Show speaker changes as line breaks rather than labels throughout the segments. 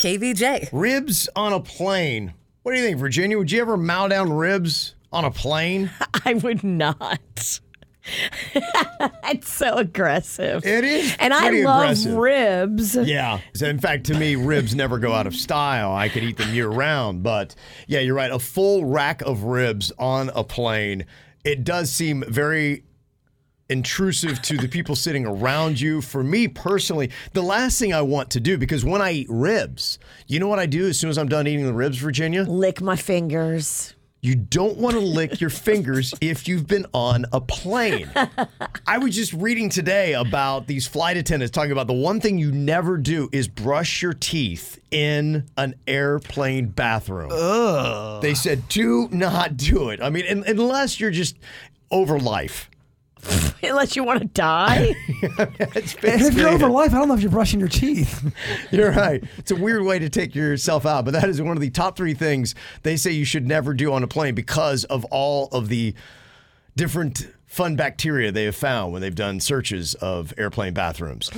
KVJ.
Ribs on a plane. What do you think, Virginia? Would you ever mow down ribs on a plane?
I would not. That's so aggressive.
It is
And I
pretty
love
aggressive.
ribs.
Yeah. So, In fact, to me, ribs never go out of style. I could eat them year round. But yeah, you're right. A full rack of ribs on a plane, it does seem very intrusive to the people sitting around you. For me personally, the last thing I want to do, because when I eat ribs, you know what I do as soon as I'm done eating the ribs, Virginia?
Lick my fingers.
You don't want to lick your fingers if you've been on a plane. I was just reading today about these flight attendants talking about the one thing you never do is brush your teeth in an airplane bathroom. They said, do not do it. I mean, un- unless you're just over life.
Unless you want to die.
It's
And if you're
basically
over
it.
life, I don't know if you're brushing your teeth.
You're right. It's a weird way to take yourself out, but that is one of the top three things they say you should never do on a plane because of all of the different fun bacteria they have found when they've done searches of airplane bathrooms.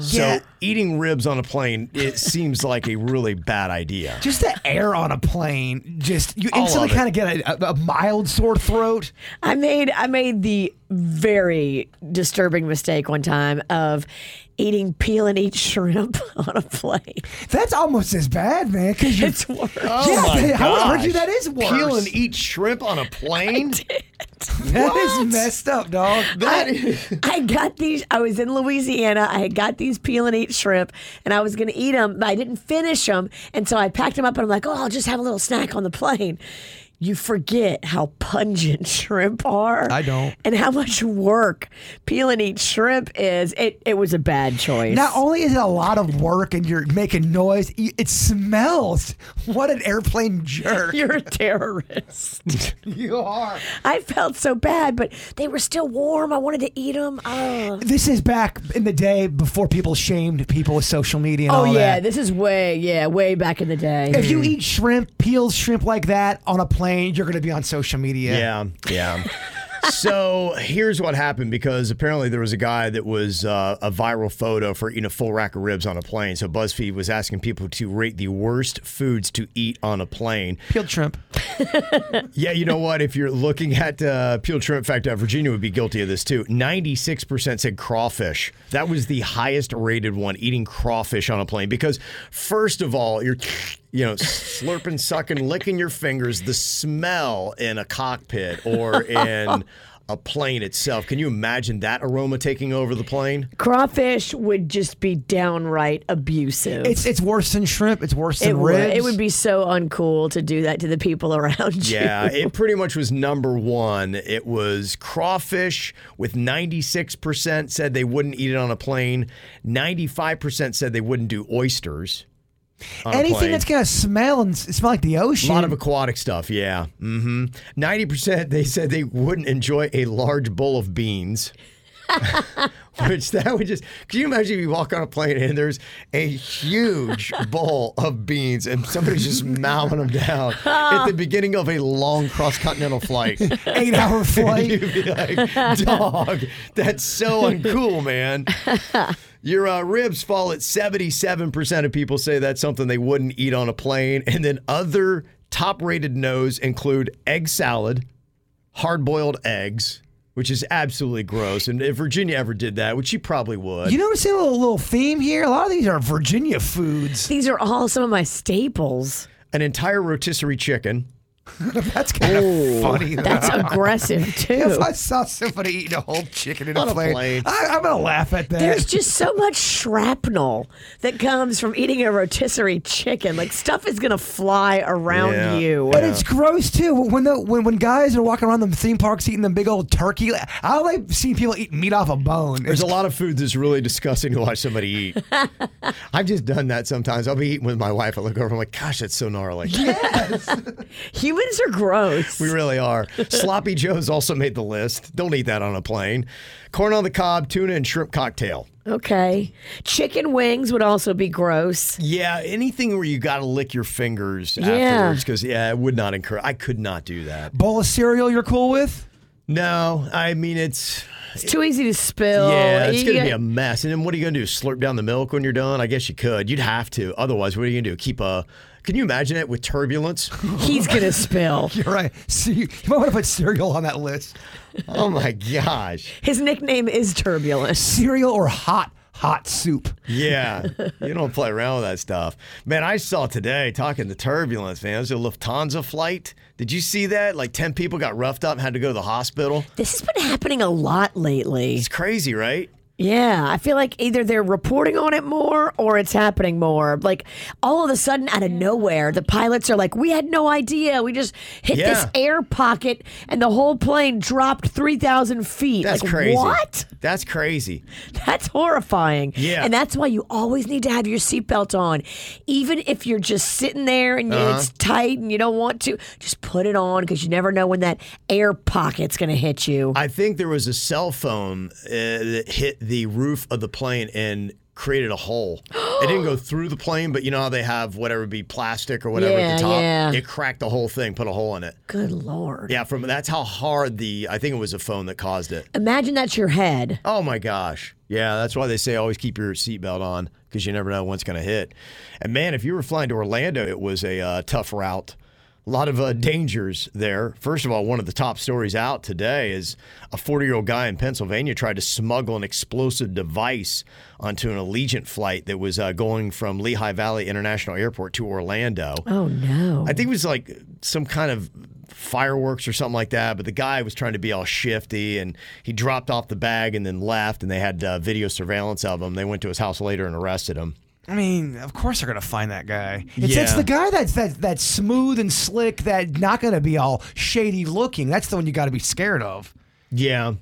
so eating ribs on a plane, it seems like a really bad idea.
Just the air on a plane, just you
All
instantly
of it.
kind of get a, a, a mild sore throat.
I made I made the very disturbing mistake one time of eating peel and eat shrimp on a plane.
That's almost as bad, man. Because you
It's worse.
Oh
Yeah,
my
they- how would I
gosh.
argue that is
Peel
worse?
and eat shrimp on a plane?
that is messed up, dog.
That is
I got these. I was in Louisiana. I had got these peel and eat shrimp, and I was going to eat them, but I didn't finish them. And so I packed them up, and I'm like, oh, I'll just have a little snack on the plane. You forget how pungent shrimp are.
I don't.
And how much work peel and eat shrimp is. It, it was a bad choice.
Not only is it a lot of work and you're making noise, you- it smells. What an airplane jerk
You're a terrorist.
you are.
I felt so bad, but they were still warm. I wanted to eat them. Oh,
This is back in the day before people shamed people with social media and
oh
all
yeah.
that.
This is way, yeah, way back in the day.
If you eat shrimp, peels shrimp like that on a plane, you're going to be on social media.
Yeah, yeah. so here's what happened because apparently there was a guy that was uh, a viral photo for eating a full rack of ribs on a plane. So BuzzFeed was asking people to rate the worst foods to eat on a plane.
Peeled shrimp.
Yeah, you know what? If you're looking at uh, peeled shrimp, in fact, uh, Virginia would be guilty of this too. 96% said crawfish. That was the highest rated one, eating crawfish on a plane. Because, first of all, you're, you know, slurping, sucking, licking your fingers, the smell in a cockpit or in a plane itself. Can you imagine that aroma taking over the plane?
Crawfish would just be downright abusive.
It's it's worse than shrimp. It's worse than
it would,
ribs.
it would be so uncool to do that to the people around you.
Yeah, it pretty much was number one. It was crawfish with 96% said they wouldn't eat it on a plane. 95% said they wouldn't do oysters. on a
anything
plane.
that's going to smell and s- smell like the
a
ocean.
lot of aquatic stuff, yeah. Mm-hmm. 90% they said they wouldn't enjoy a large bowl of beans. Which that would just can you imagine if you walk on a plane and there's a huge bowl of beans and somebody's just mowing them down at the beginning of a long cross continental flight.
eight hour flight.
You'd be like, dog, that's so uncool, man. Your uh, ribs fall at 77% of people say that's something they wouldn't eat on a plane. And then other top rated no's include egg salad, hard boiled eggs, which is absolutely gross. And if Virginia ever did that, which she probably would.
you notice a little, little theme here? A lot of these are Virginia foods.
These are all some of my staples.
an entire rotisserie chicken,
That's kind of funny.
That's aggressive too.
If I saw somebody eating a whole chicken in
On
a
a
plate, Uh,
plate.
I, I'm gonna laugh at that.
There's just so much shrapnel that comes from eating a rotisserie chicken. Like stuff is gonna fly around
Yeah.
you.
But it's gross too. When the when, when guys are walking around them theme parks eating the big old turkey, I like seeing people eat meat off a bone.
There's
It's
a lot of food that's really disgusting to watch somebody eat. I've just done that sometimes. I'll be eating with my wife. I look over, I'm like, gosh, that's so gnarly.
Humans are gross.
We really are. Sloppy Joe's also made the list. Don't eat that on a plane. Corn on the cob, tuna, and shrimp cocktail.
Okay. Chicken wings would also be gross.
Yeah, anything where you got to lick your fingers
Yeah.
afterwards. Because, yeah, I would not encourage. I could not do that.
bowl of cereal you're cool with?
No, I mean, it's.
It's too easy to spill.
Yeah, it's
Oh, You
going to be
get-
a mess. And then what are you going to do? Slurp down the milk when you're done? I guess you could. You'd have to. Otherwise, what are you going to do? Keep a. Can you imagine it with turbulence?
He's gonna spill.
You're right. See, you might want to put cereal on that list.
oh my gosh.
His nickname is Turbulence.
Cereal or hot hot soup.
Yeah. you don't play around with that stuff. Man, I saw today talking to turbulence, man. It was a Lufthansa flight. Did you see that? Like 10 people got roughed up and had to go to the hospital.
This has been happening a lot lately.
It's crazy, right?
Yeah, I feel like either they're reporting on it more or it's happening more. Like all of a sudden, out of nowhere, the pilots are like, "We had no idea. We just hit this
Yeah.
air pocket, and the whole plane dropped three thousand feet."
That's
like,
crazy.
What?
That's crazy.
That's horrifying.
Yeah.
And that's why you always need to have your seatbelt on. Even if you're just sitting there and you-
Uh-huh.
it's tight and you don't want to, just put it on because you never know when that air pocket's going to hit you.
I think there was a cell phone uh, that hit the roof of the plane and created a hole. it didn't go through the plane, but you know how they have whatever be plastic or whatever at
Yeah,
the top.
yeah.
It cracked the whole thing, put a hole in it.
Good Lord.
Yeah, from that's how hard the I think it was a phone that caused it.
Imagine that's your head.
Oh my gosh. Yeah, that's why they say always keep your seatbelt on because you never know when it's going to hit. And man, if you were flying to Orlando, it was a uh, tough route. A lot of uh, dangers there. First of all, one of the top stories out today is a 40 year old guy in Pennsylvania tried to smuggle an explosive device onto an Allegiant flight that was uh, going from Lehigh Valley International Airport to Orlando.
Oh, no.
I think it was like some kind of fireworks or something like that. But the guy was trying to be all shifty, and he dropped off the bag and then left. And they had uh, video surveillance of him. They went to his house later and arrested him.
I mean, of course they're gonna find that guy. It's, it's
Yeah.
the guy that's that that's smooth and slick, that not gonna be all shady looking. That's the one you gotta be scared of.
Yeah.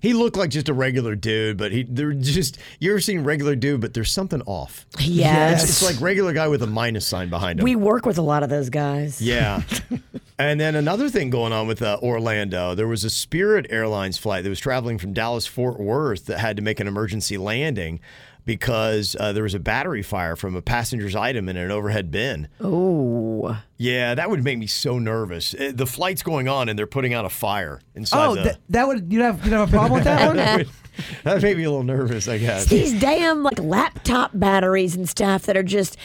He looked like just a regular dude, but he they're just you ever seen regular dude, but there's something off.
yes.
It's, it's like regular guy with a minus sign behind him.
we work with a lot of those guys.
Yeah. and then another thing going on with uh, Orlando, there was a Spirit Airlines flight that was traveling from Dallas Fort Worth that had to make an emergency landing because uh, there was a battery fire from a passenger's item in an overhead bin.
Oh.
Yeah, that would make me so nervous. Uh, The flight's going on and they're putting out a fire inside
oh,
the.
that- that would you have you have a problem with that one?
that would- that made me a little nervous, I guess.
These damn like laptop batteries and stuff that are just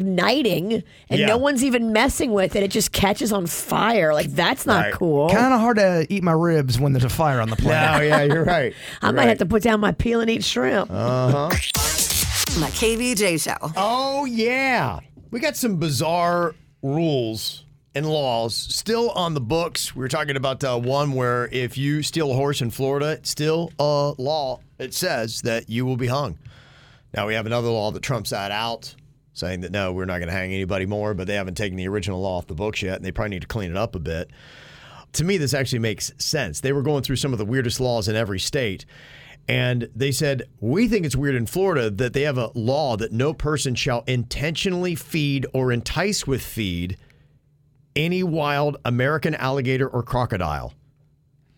igniting and
Yeah.
no one's even messing with it. It just catches on fire. Like that's not
Right.
cool.
Kind of hard to eat my ribs when there's a fire on the plane.
No, yeah, you're right.
I might have to put down my peel and eat shrimp.
My KVJ show.
Oh, yeah. We got some bizarre rules and laws still on the books. We were talking about uh, one where if you steal a horse in Florida, it's still a law. It says that you will be hung. Now we have another law that trumps that out, saying that no, we're not going to hang anybody more, but they haven't taken the original law off the books yet, and they probably need to clean it up a bit to me, this actually makes sense. They were going through some of the weirdest laws in every state. And they said, We think it's weird in Florida that they have a law that no person shall intentionally feed or entice with feed any wild American alligator or crocodile.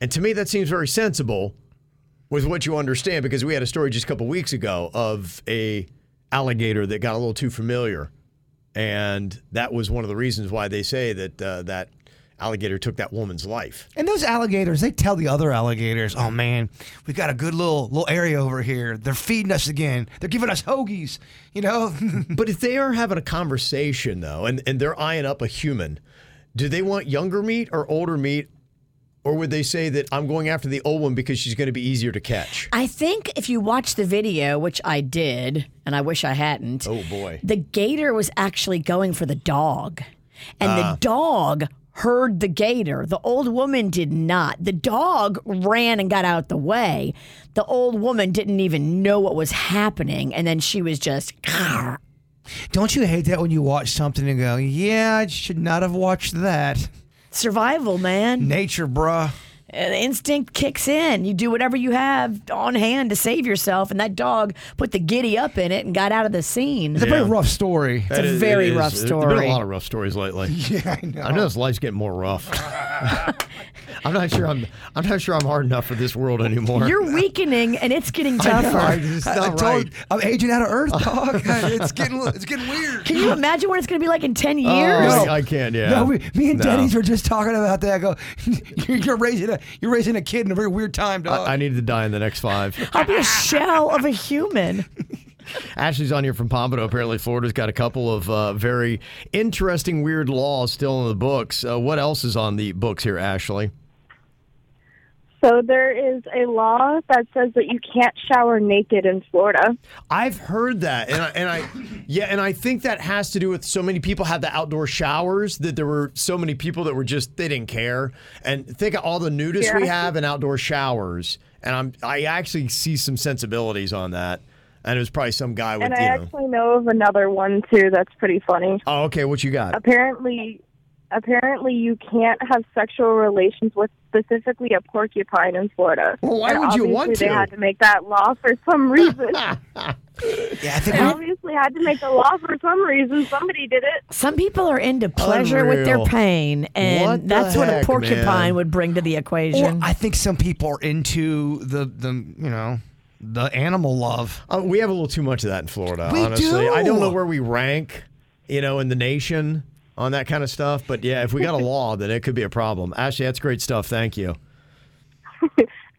And to me, that seems very sensible with what you understand because we had a story just a couple weeks ago of a alligator that got a little too familiar and that was one of the reasons why they say that uh, that alligator took that woman's life.
And those alligators, they tell the other alligators, "Oh man, we got a good little little area over here. They're feeding us again. They're giving us hoagies." You know,
But if they are having a conversation though, and and they're eyeing up a human, do they want younger meat or older meat? Or would they say that I'm going after the old one because she's going to be easier to catch?
I think if you watch the video, which I did, and I wish I hadn't.
Oh, boy. Ah.
The gator was actually going for the dog, and the dog heard the gator. The old woman did not. The dog ran and got out the way. The old woman didn't even know what was happening. And then she was just.
Don't you hate that when you watch something and go, yeah, I should not have watched that?
Survival, man.
Nature, bruh.
And Instinct kicks in. You do whatever you have on hand to save yourself. And that dog put the giddy up in it and got out of the scene.
It's a pretty rough story.
It's a very rough
There's been
story.
a lot of rough stories lately.
Yeah, I know.
I know this life's getting more rough. I'm not sure I'm I'm not sure I'm hard enough for this world anymore.
You're weakening and it's getting
I know,
tougher.
I just- it's
I- I
not
told-
right.
I'm aging out of Earth, dog. it's getting it's getting weird.
Can you imagine what it's going to be like in 10 years?
Oh, I- I can't, yeah.
No, we, me and
No.
Denny's were just talking about that. I go, you're, you're raising a you're raising a kid in a very weird time, dog.
I, I need to die in the next five.
I'll be a shell of a human.
Ashley's on here from Pompano. Apparently, Florida's got a couple of uh, very interesting, weird laws still in the books. Uh, what else is on the books here, Ashley?
So there is a law that says that you can't shower naked in Florida.
I've heard that, and I, and I, yeah, and I think that has to do with so many people had the outdoor showers that there were so many people that were just they didn't care. And think of all the nudists we
Yeah.
have in outdoor showers, and I'm I actually see some sensibilities on that, and it was probably some guy with
And I
you know.
actually know of another one too that's pretty funny.
Oh, okay, what you got?
Apparently apparently you can't have sexual relations with specifically a porcupine in Florida.
Well, why
And
would you
obviously
want to?
They had to make that law for some reason.
yeah, I think
they
we-
obviously had to make the law for some reason. Somebody did it.
Some people are into pleasure with their
Unreal.
pain, and
What the
that's what
heck,
a porcupine
man?
would bring to the
Or
equation.
I think some people are into the the you know the animal love.
Uh, we have a little too much of that in Florida,
We
honestly. I don't
do.
know where we rank, you know, in the nation on that kind of stuff. But yeah, if we got a law, then it could be a problem. Ashley, that's great stuff. Thank you.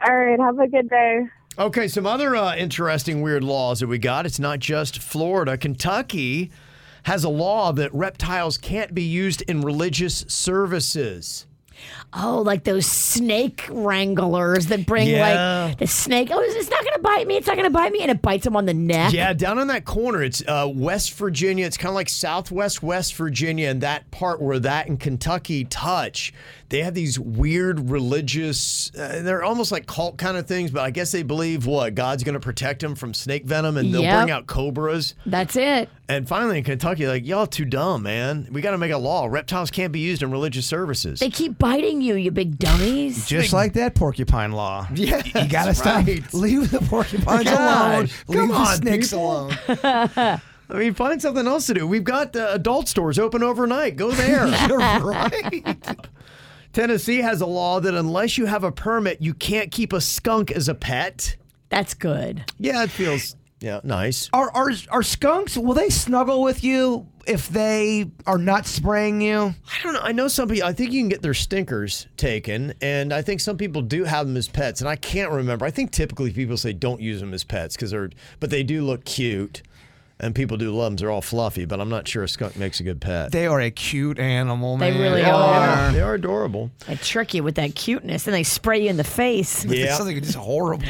All right, have a good day.
Okay, some other uh, interesting, weird laws that we got. It's not just Florida. Kentucky has a law that reptiles can't be used in religious services.
oh, like those snake wranglers that bring
Yeah.
like the snake. Oh, it's not going to bite me. It's not going to bite me, and it bites them on the neck.
Yeah, down in that corner, it's uh, West Virginia. It's kind of like Southwest West Virginia, and that part where that and Kentucky touch. They have these weird religious. Uh, they're almost like cult kind of things, but I guess they believe what God's going to protect them from snake venom, and they'll
Yep.
bring out cobras.
That's it.
And finally, in Kentucky, like y'all too dumb, man. We got to make a law. Reptiles can't be used in religious services.
They keep biting you, you big dummies.
Just like that porcupine law.
Yeah,
you gotta stop.
right.
Leave the porcupines alone.
Gosh,
Leave
come
the
on,
snakes
people.
alone.
I mean, find something else to do. We've got uh, adult stores open overnight. Go there.
You're right.
Tennessee has a law that unless you have a permit, you can't keep a skunk as a pet.
That's good.
Yeah, it feels yeah nice.
Are, are are skunks? Will they snuggle with you if they are not spraying you?
I don't know. I know some people. I think you can get their stinkers taken, and I think some people do have them as pets. And I can't remember. I think typically people say don't use them as pets because they're, but they do look cute, and people do love them. They're all fluffy, but I'm not sure a skunk makes a good pet.
They are a cute animal,
They
man.
really
are.
are.
They are adorable.
They trick you with that cuteness, and they spray you in the face.
Yeah.
It's something just horrible.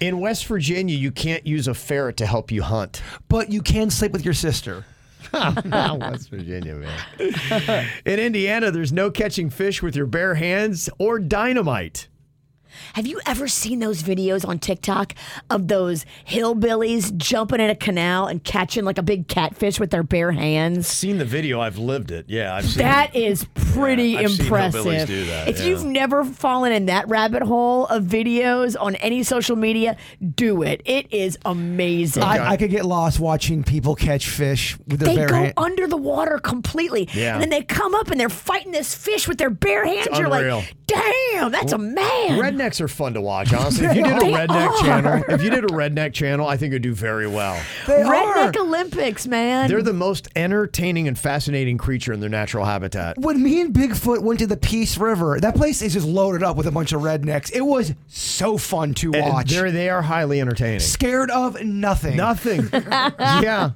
In West Virginia, you can't use a ferret to help you hunt.
but you can sleep with your sister.
West Virginia, man. In Indiana, there's no catching fish with your bare hands or dynamite.
Have you ever seen those videos on TikTok of those hillbillies jumping in a canal and catching like a big catfish with their bare hands?
Seen the video, I've lived it. Yeah, I've seen
That is pretty
Yeah, I've seen hillbillies
impressive.
do that,
if
yeah.
you've never fallen in that rabbit hole of videos on any social media, do it. It is amazing. Uh,
I, I could get lost watching people catch fish with their
they
bare
go
hand-
under the water completely.
Yeah.
And then they come up and they're fighting this fish with their bare hands. You're
unreal.
like, damn, that's a man.
Rednecks are fun to watch, honestly. If you did a
They
redneck
are.
channel, if you did a redneck channel, I think it'd do very well.
They are.
Redneck Olympics, man.
They're the most entertaining and fascinating creature in their natural habitat.
when me and Bigfoot went to the Peace River, that place is just loaded up with a bunch of rednecks. It was so fun to
And
watch.
They're, they are highly entertaining.
Scared of nothing.
Nothing. yeah.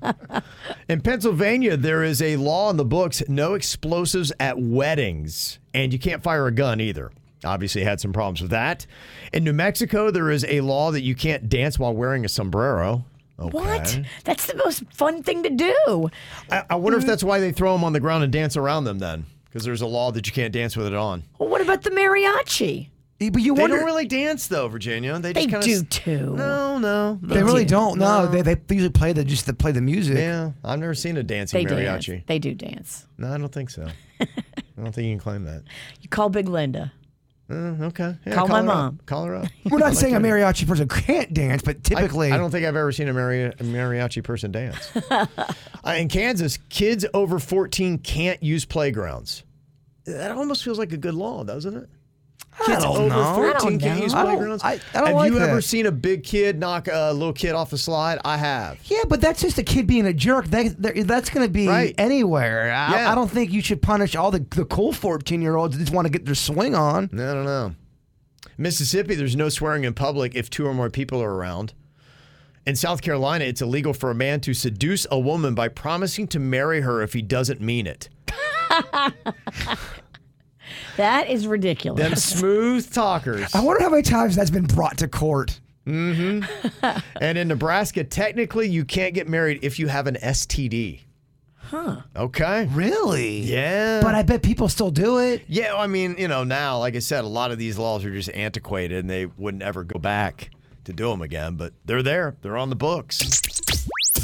In Pennsylvania, there is a law in the books no explosives at weddings, and you can't fire a gun either. Obviously, had some problems with that. In New Mexico, there is a law that you can't dance while wearing a sombrero. Okay.
What? That's the most fun thing to do.
I, I wonder if that's why they throw them on the ground and dance around them then. because there's a law that you can't dance with it on.
Well, what about the mariachi?
Eh, But you
They
wonder.
don't really dance though, Virginia. They
They
just kind
do too.
No, no, no.
they really don't. No, they, they usually play the just to play the music.
Yeah, I've never seen a
They
dancing
dance.
mariachi.
They do dance.
No, I don't think so. I don't think you can claim that.
You call Big Linda.
Uh, okay. Yeah,
Call my
her up.
mom.
Call her up.
We're not saying a mariachi person can't dance, but
I,
typically,
I don't think I've ever seen a, mari- a mariachi person dance. Uh, in Kansas, kids over 14 can't use playgrounds. That almost feels like a good law, doesn't it? Kids
don't
over
know.
14
I
can't
don't-
use
I don't-
playgrounds.
I- I don't
have
like
you ever
that.
seen a big kid knock a little kid off a slide? I have.
Yeah, but that's just a kid being a jerk. They, they- that's going to be
Right.
anywhere. I,
Yeah.
I don't think you should punish all the, the cool 14 year olds that just want to get their swing on.
I don't know. Mississippi, there's no swearing in public if two or more people are around. In South Carolina, it's illegal for a man to seduce a woman by promising to marry her if he doesn't mean it.
That is ridiculous.
Them smooth talkers.
I wonder how many times that's been brought to court.
And in Nebraska, technically, you can't get married if you have an STD. Huh. Okay.
Really?
Yeah.
But I bet people still do it.
yeah, I mean, you know, now, like I said, a lot of these laws are just antiquated and they wouldn't ever go back to do them again, but they're there. They're on the books.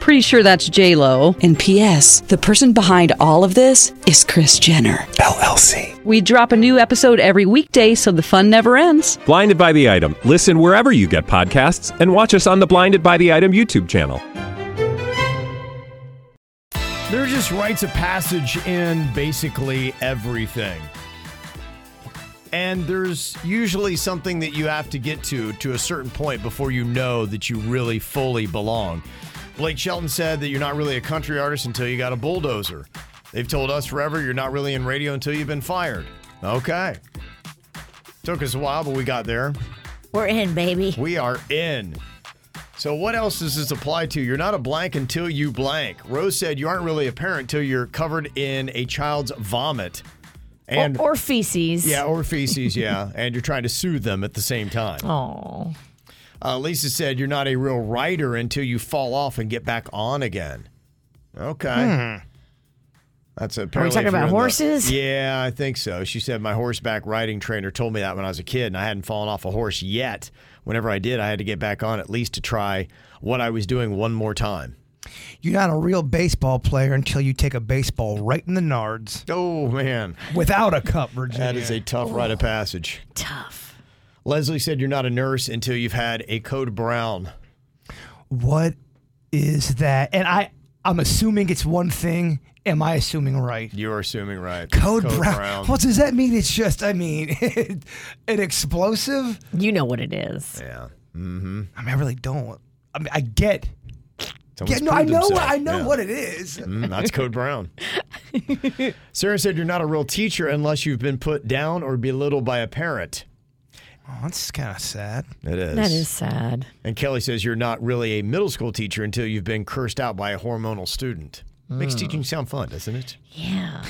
Pretty sure that's J Lo.
And P.S. The person behind all of this is Chris Jenner.
LLC.
We drop a new episode every weekday, so the fun never ends.
Blinded by the item. Listen wherever you get podcasts, and watch us on the Blinded by the Item YouTube channel.
There are just rites of passage in basically everything. And there's usually something that you have to get to to a certain point before you know that you really fully belong. Blake Shelton said that you're not really a country artist until you got a bulldozer. They've told us forever you're not really in radio until you've been fired. Okay. Took us a while, but we got there.
We're in, baby.
We are in. So, what else does this apply to? You're not a blank until you blank. Rose said you aren't really a parent until you're covered in a child's vomit. And
or, or feces.
yeah, or feces, yeah. and you're trying to soothe them at the same time.
Oh.
Uh, Lisa said you're not a real writer until you fall off and get back on again. Okay. That's apparently.
Hmm. talking
if you're
about
in the-
horses?
yeah, I think so. She said my horseback riding trainer told me that when I was a kid, and I hadn't fallen off a horse yet. Whenever I did, I had to get back on at least to try what I was doing one more time.
You're not a real baseball player until you take a baseball right in the nards
Oh man,
without a cup, Virginia.
that is a tough rite of passage.
Tough.
Leslie said you're not a nurse until you've had a code brown.
what is that? And I, I'm assuming it's one thing. Am I assuming right?
You're assuming right.
Code, brown. What does that mean? It's just, I mean, an explosive?
You know what it is.
Yeah.
I mean, I really don't. I mean, I get.
Someone's
Yeah, no, I
proved
know. what
himself.
I know
Yeah.
what it is.
Mm, that's code brown. Sarah said, You're not a real teacher unless you've been put down or belittled by a parent.
Oh, that's kind of sad.
It is.
That is sad.
And Kelly says, You're not really a middle school teacher until you've been cursed out by a hormonal student.
Mm.
Makes teaching sound fun, doesn't it?
Yeah.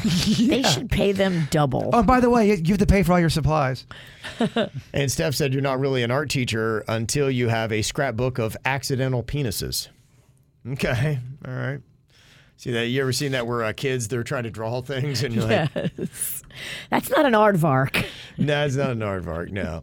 They should pay them double.
Oh, and by the way, you- you have to pay for all your supplies.
And Steph said, You're not really an art teacher until you have a scrapbook of accidental penises. Okay. All right. See that? You ever seen that where uh, kids, they're trying to draw things and you're like,
That's not an aardvark.
No, it's not an aardvark. No.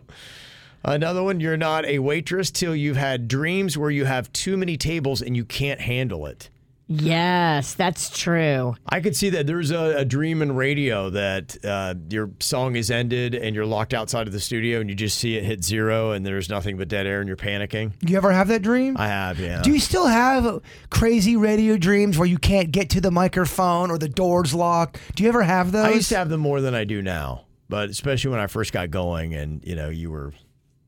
Another one, you're not a waitress till you've had dreams where you have too many tables and you can't handle it.
Yes, that's true.
I could see that there's a, a dream in radio that uh, your song is ended and you're locked outside of the studio and you just see it hit zero and there's nothing but dead air and you're panicking.
You ever have that dream?
I uh, have, yeah.
Do you still have crazy radio dreams where you can't get to the microphone or the door's locked? Do you ever have those?
I used to have them more than I do now, but especially when I first got going and you know you were,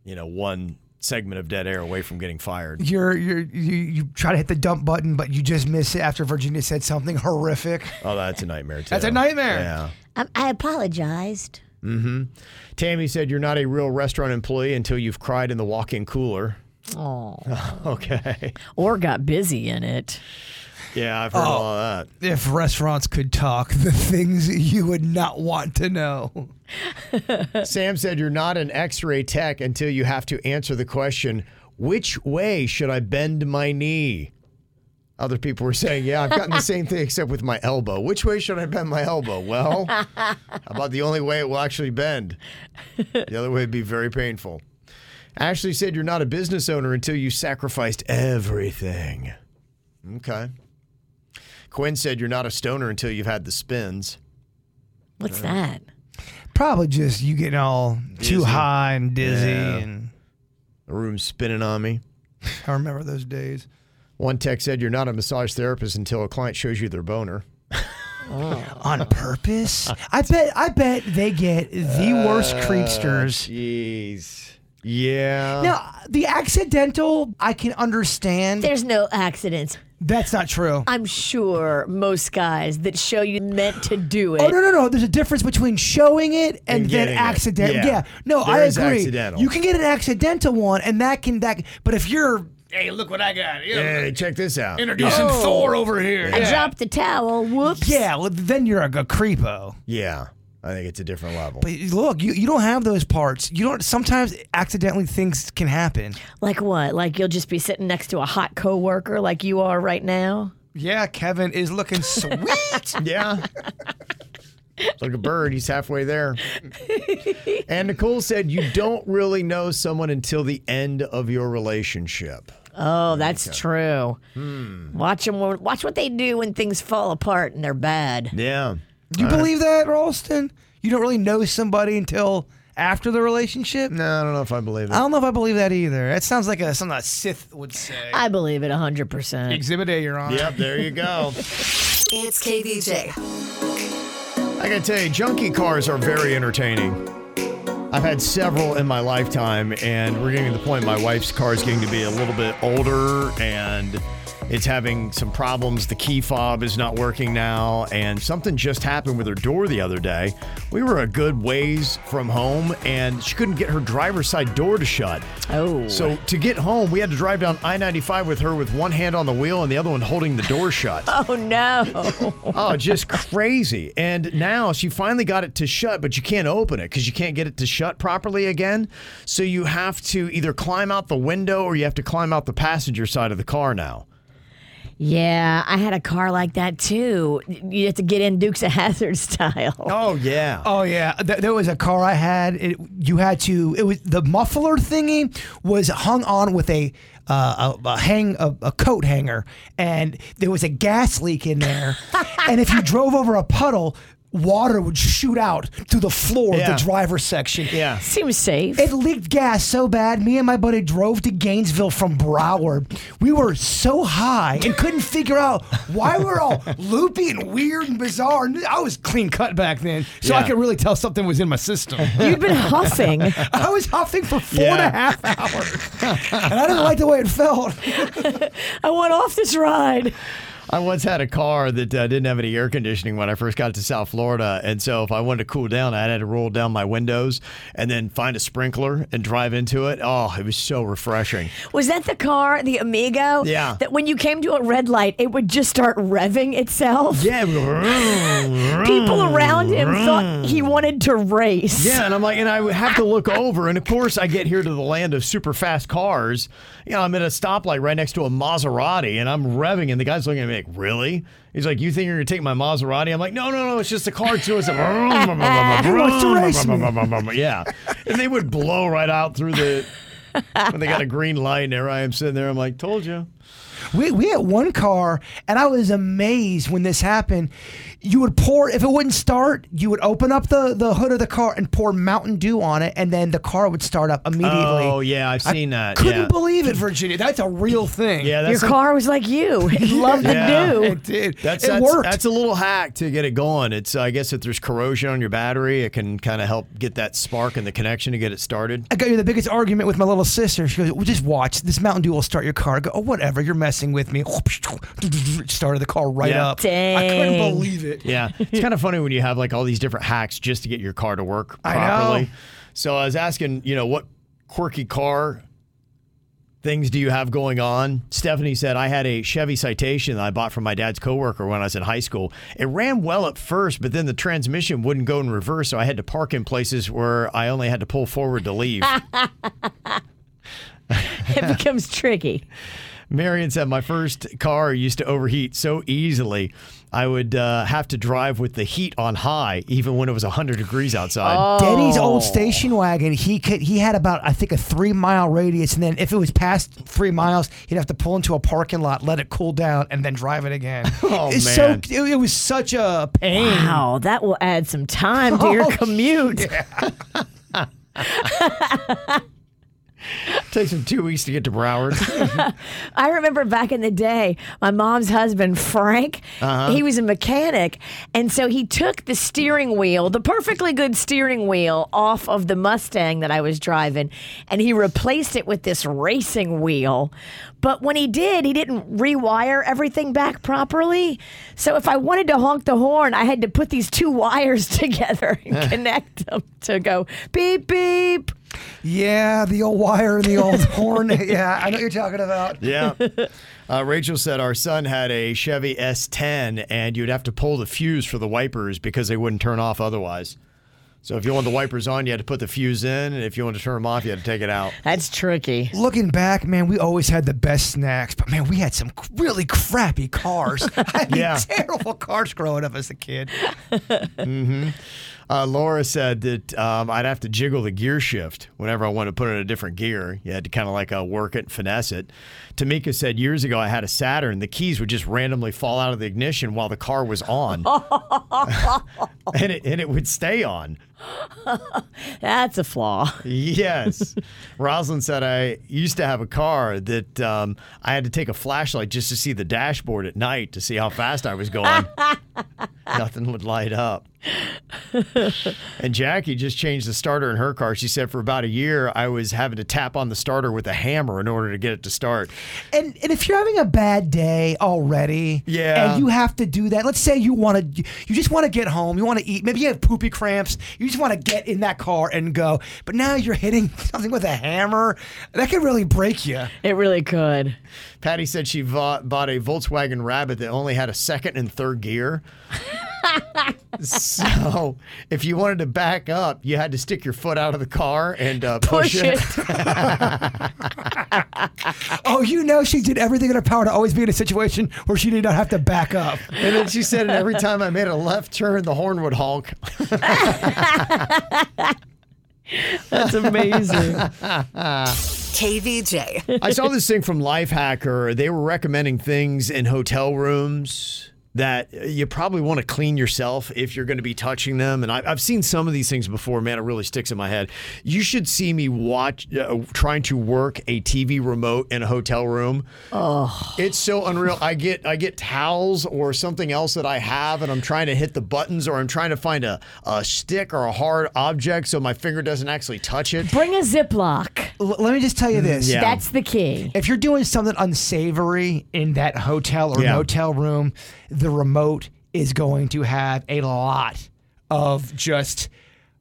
you know, one segment of dead air away from getting fired.
You're, you're, you you try to hit the dump button, but you just miss it after Virginia said something horrific.
Oh, that's a nightmare too.
That's a nightmare.
Yeah.
I, Um, I apologized.
Tammy said you're not a real restaurant employee until you've cried in the walk-in cooler.
Oh.
Okay.
Or got busy in it.
Yeah, I've heard
Oh.
all that.
If restaurants could talk, the things that you would not want to know.
Sam said, You're not an x ray tech until you have to answer the question, Which way should I bend my knee? Other people were saying, Yeah, I've gotten the same thing except with my elbow. Which way should I bend my elbow? Well, how about the only way it will actually bend? The other way would be very painful. Ashley said, You're not a business owner until you sacrificed everything. Okay. Quinn said, You're not a stoner until you've had the spins.
What's that?
Probably just you getting all too
Dizzy.
high and dizzy,
Yeah.
and
The room's spinning on me.
I remember those days.
One tech said you're not a massage therapist until a client shows you their boner.
on purpose. I bet. I bet they get the
Uh,
worst creepsters.
Jeez. Yeah.
Now, the accidental, I can understand.
There's no accidents.
That's not true.
I'm sure most guys that show you meant to do it.
Oh no no no! There's a difference between showing it
And
and, then
getting it.
accidental.
Yeah.
Yeah. no,
There
I
is
agree.
accidental.
You can get an accidental one, and that can that. But if you're hey, look what I got. You know,
Hey, check this out.
Introducing
Oh.
Thor over here.
I dropped the towel. Whoops.
Yeah, well, then you're a, g- creepo.
Yeah. I think it's a different level.
But look, you, you don't have those parts. You don't. Sometimes accidentally things can happen.
Like what? Like you'll just be sitting next to a hot coworker like you are right now?
Yeah, Kevin is looking sweet.
yeah. It's like a bird, he's halfway there. and Nicole said you don't really know someone until the end of your relationship.
Oh, that's true. Watch them. Watch what they do when things fall apart and they're bad.
Yeah.
you believe that, Ralston? You don't really know somebody until after the relationship.
No, I don't know if I believe
I
it.
don't know if I believe that either. That sounds like a, something a Sith would say.
I believe it 100%.
Exhibit A, Your Honor.
Yep, there you go.
It's KVJ.
I gotta tell you, junkie cars are very entertaining. I've had several in my lifetime, and we're getting to the point my wife's car is getting to be a little bit older and it's having some problems. The key fob is not working now, and something just happened with her door the other day. We were a good ways from home, and she couldn't get her driver's side door to shut.
Oh.
So to get home, we had to drive down I 95 with her with one hand on the wheel and the other one holding the door shut.
Oh, no.
Oh, just crazy. And now she finally got it to shut, but you can't open it because you can't get it to shut properly again. So you have to either climb out the window or you have to climb out the passenger side of the car now.
yeah, I had a car like that too. You have to get in Dukes of Hazard style.
Oh, yeah.
Oh yeah, Th- there was a car I had. It, you had to. It was the muffler thingy was hung on with a uh, a, a hang a, a coat hanger, and there was a gas leak in there. and if you drove over a puddle, water would shoot out through the floor
Yeah.
of the driver's section.
Yeah.
Seems safe.
It leaked gas so bad, me and my buddy drove to Gainesville from Broward. We were so high and couldn't figure out why we were all loopy and weird and bizarre. And I was clean cut back then, so I
Yeah.
could really tell something was in my system.
You've been huffing.
I was huffing for four and
Yeah.
a half hours, and I didn't like the way it felt.
I want off this ride.
I once had a car that uh, didn't have any air conditioning when I first got to South Florida. And so if I wanted to cool down, I had to roll down my windows and then find a sprinkler and drive into it. Oh, it was so refreshing.
Was that the car, the Amigo?
Yeah.
That when you came to a red light, it would just start revving itself.
Yeah. we were-
People around him thought he wanted to race.
Mm-hmm. Yeah, and I'm like, and I have to look over, and of course I get here to the land of super fast cars. You know, I'm at a stoplight right next to a Maserati, and I'm revving, and the guy's looking at me like, "Really?" He's like, "You think you're gonna take my Maserati?" I'm like, "No, no, no, it's just the car too." It's like,
wants to race
Yeah, and they would blow right out through the. When they got a green light, and there I am sitting there. I'm like, "Told you."
We, we had one car, and I was amazed when this happened. You would pour, if it wouldn't start, you would open up the, the hood of the car and pour Mountain Dew on it, and then the car would start up immediately.
Oh yeah, I've seen that.
Couldn't
yeah.
believe it, Virginia. That's a real thing.
yeah,
Your
that's a-
car was like you. It loved the
Yeah.
new.
It did.
That's,
it
that's
worked.
That's a little hack to get it going. It's I guess if there's corrosion on your battery, it can kind of help get that spark and the connection to get it started.
I got you the biggest argument with my little sister. She goes, well, just watch. This Mountain Dew will start your car. I go, oh, whatever. You're messing with me. Started the car right
Yeah.
up. I couldn't
Dang.
believe it.
Yeah, it's kind of funny when you have like all these different hacks just to get your car to work
I know.
properly. So I was asking, you know, what quirky car things do you have going on? Stephanie said, I had a Chevy Citation that I bought from my dad's coworker when I was in high school. It ran well at first, but then the transmission wouldn't go in reverse, so I had to park in places where I only had to pull forward to leave.
it becomes tricky.
Marion said, My first car used to overheat so easily. I would uh, have to drive with the heat on high, even when it was 100 degrees outside.
Denny's old station wagon, he could he had about I think a three mile radius, and then if it was past three miles, he'd have to pull into a parking lot, let it cool down, and then drive it again.
Oh,
it's
man.
So, it, it was such a pain.
Wow, that will add some time to your
Oh,
commute.
Takes him two weeks to get to Broward.
I remember back in the day, my mom's husband, Frank, he was a mechanic. And so he took the steering wheel, the perfectly good steering wheel, off of the Mustang that I was driving, and he replaced it with this racing wheel. But when he did, he didn't rewire everything back properly. So if I wanted to honk the horn, I had to put these two wires together and connect them to go beep, beep.
Yeah, the old wire and the old horn. Yeah, I know what you're talking about.
Yeah. Uh, Rachel said our son had a Chevy S10, and you'd have to pull the fuse for the wipers because they wouldn't turn off otherwise. So if you want the wipers on, you had to put the fuse in, and if you wanted to turn them off, you had to take it out.
That's tricky.
Looking back, man, we always had the best snacks, but man, we had some really crappy cars. I mean,
Yeah.
terrible cars growing up as a kid.
Uh, Laura said that um, I'd have to jiggle the gear shift whenever I wanted to put it in a different gear. You had to kind of like uh, work it, finesse it. Tamika said years ago I had a Saturn. The keys would just randomly fall out of the ignition while the car was on, and it and it would stay on.
That's a flaw.
Yes. Rosalind said, I used to have a car that um, I had to take a flashlight just to see the dashboard at night to see how fast I was going. Nothing would light up. and Jackie just changed the starter in her car. She said, for about a year, I was having to tap on the starter with a hammer in order to get it to start.
And and if you're having a bad day already,
Yeah.
and you have to do that. Let's say you want to, you just want to get home, you want to eat. Maybe you have poopy cramps. You just want to get in that car and go. But now you're hitting something with a hammer. That could really break you.
It really could.
Patty said she bought, bought a Volkswagen Rabbit that only had a second and third gear. so if you wanted to back up, you had to stick your foot out of the car and uh, push,
Push
it.
Oh, you know she did everything in her power to always be in a situation where she did not have to back up.
And then she said, and every time I made a left turn, the horn would honk.
That's amazing.
KVJ.
I saw this thing from Lifehacker. They were recommending things in hotel rooms that you probably want to clean yourself if you're going to be touching them. And I, I've seen some of these things before. Man, it really sticks in my head. You should see me watch uh, trying to work a TV remote in a hotel room. Oh, it's so unreal. I get I get towels or something else that I have, and I'm trying to hit the buttons or I'm trying to find a, a stick or a hard object so my finger doesn't actually touch it.
Bring a Ziploc.
L- let me just tell you this.
Yeah.
That's the key.
If you're doing something unsavory in that hotel or
Yeah.
motel room, the remote is going to have a lot of just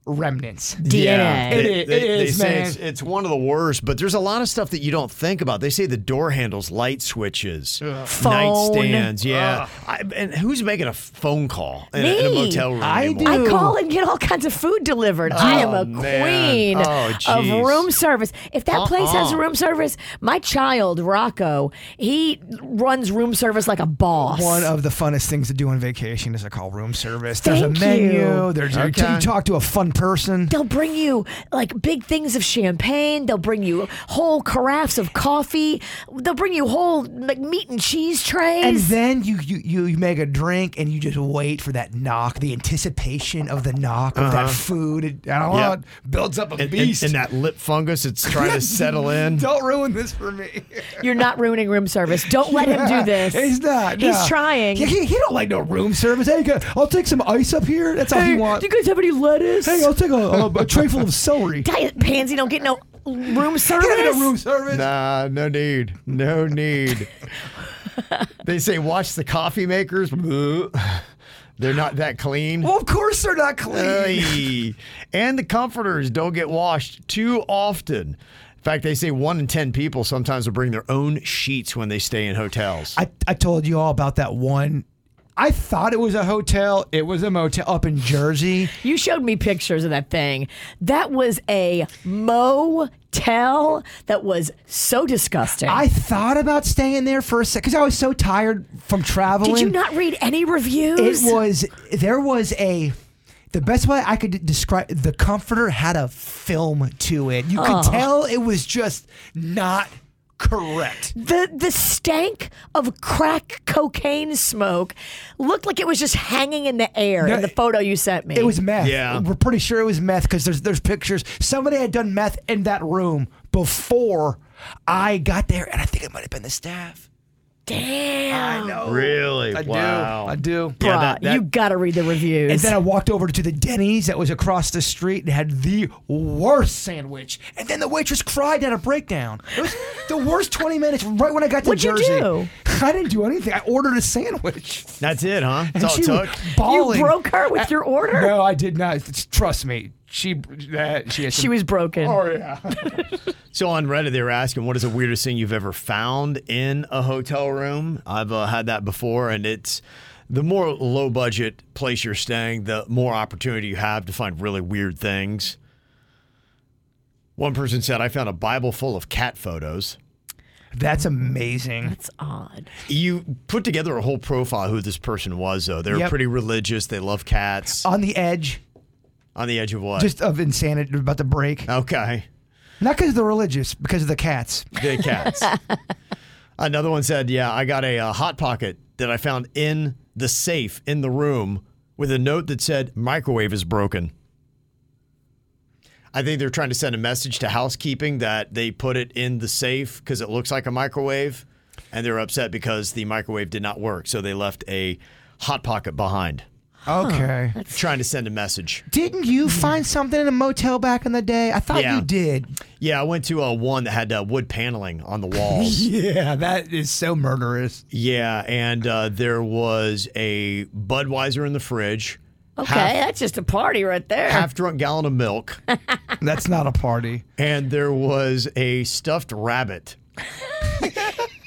remnants.
DNA.
It
They-
is,
they-
it
they
is,
say
man.
It's, it's one of the worst, but there's a lot of stuff that you don't think about. They say the door handles, light switches,
Phone.
nightstands. Yeah. I, and who's making a phone call in, a, in a
Me.
motel room?
I
anymore?
I
Ew.
call and get all kinds of food delivered. I am a
Oh, man.
queen
Oh,
of
jeez.
room service. If that place has
Uh-uh.
room service, my child, Rocco, he runs room service like a boss.
One of the funnest things to do on vacation is a call room service.
Thank
There's a menu.
you.
There's
Okay.
you talk to a fun person.
They'll bring you like big things of champagne. They'll bring you whole carafes of coffee. They'll bring you whole like meat and cheese trays.
And then you, you you you make a drink and you just wait for that knock, the anticipation of the knock of that food. It, I don't
Uh-huh. Yep.
know, it builds up a
and, and,
beast.
and that lip fungus, it's trying to settle in.
don't ruin this for me.
You're not ruining room service. Don't let him do this.
He's not.
He's
no.
trying.
He, he, he don't like no room service. Hey, guys, I'll take some ice up here. That's all he wants.
do you guys have any lettuce?
Hey, oh, I'll take a, a, a tray full of celery.
Diet pansy don't get no room
He don't need
service.
a room service.
Nah, no need. No need. they say watch the coffee makers. They're not that clean.
Well, of course they're not clean.
Ay. and the comforters don't get washed too often. In fact, they say one in 10 people sometimes will bring their own sheets when they stay in hotels.
I, I told you all about that one. I thought it was a hotel. It was a motel up in Jersey.
You showed me pictures of that thing. That was a motel that was so disgusting.
I thought about staying there for a second because I was so tired from traveling.
Did you not read any reviews?
It was, there was a, the best way I could describe the comforter had a film to it. You could
Oh.
tell it was just not correct.
The the stank of crack cocaine smoke looked like it was just hanging in the air
No,
in the photo you sent me.
It was meth.
Yeah.
We're pretty sure it was meth because there's there's pictures. Somebody had done meth in that room before I got there, and I think it might have been the staff.
Damn.
I know.
Really?
I
Wow.
do. I do.
Bruh, you gotta read the reviews.
And then I walked over to the Denny's that was across the street and had the worst sandwich. And then the waitress cried at a breakdown. It was the worst 20 minutes right when I got to
What'd you
Jersey.
do?
I didn't do anything. I ordered a sandwich.
That's it, huh?
And
That's
she
all it
was
took.
bawling.
You broke her with your order?
No, I did not. It's- Trust me. She that she had
She
some-
was broken.
Oh yeah.
So on Reddit, they were asking, "What is the weirdest thing you've ever found in a hotel room?" I've uh, had that before, and it's the more low budget place you're staying, the more opportunity you have to find really weird things. One person said, "I found a Bible full of cat photos."
That's amazing. That's
odd.
You put together a whole profile who this person was, though. They're
Yep.
pretty religious. They love cats.
On the edge,
On the edge of what?
just of insanity, about to break.
okay.
Not because they're religious, because of the cats.
The cats. Another one said, "Yeah, I got a uh, hot pocket that I found in the safe in the room with a note that said microwave is broken." I think they're trying to send a message to housekeeping that they put it in the safe because it looks like a microwave, and they're upset because the microwave did not work, so they left a hot pocket behind.
Okay.
Trying to send a message.
Didn't you find something in a motel back in the day? I thought
Yeah.
you did.
Yeah, I went to uh, one that had uh, wood paneling on the walls.
Yeah, that is so murderous.
Yeah, and uh, there was a Budweiser in the fridge.
okay,
Half,
that's just a party right there.
half drunk gallon of milk.
That's not a party.
and there was a stuffed rabbit.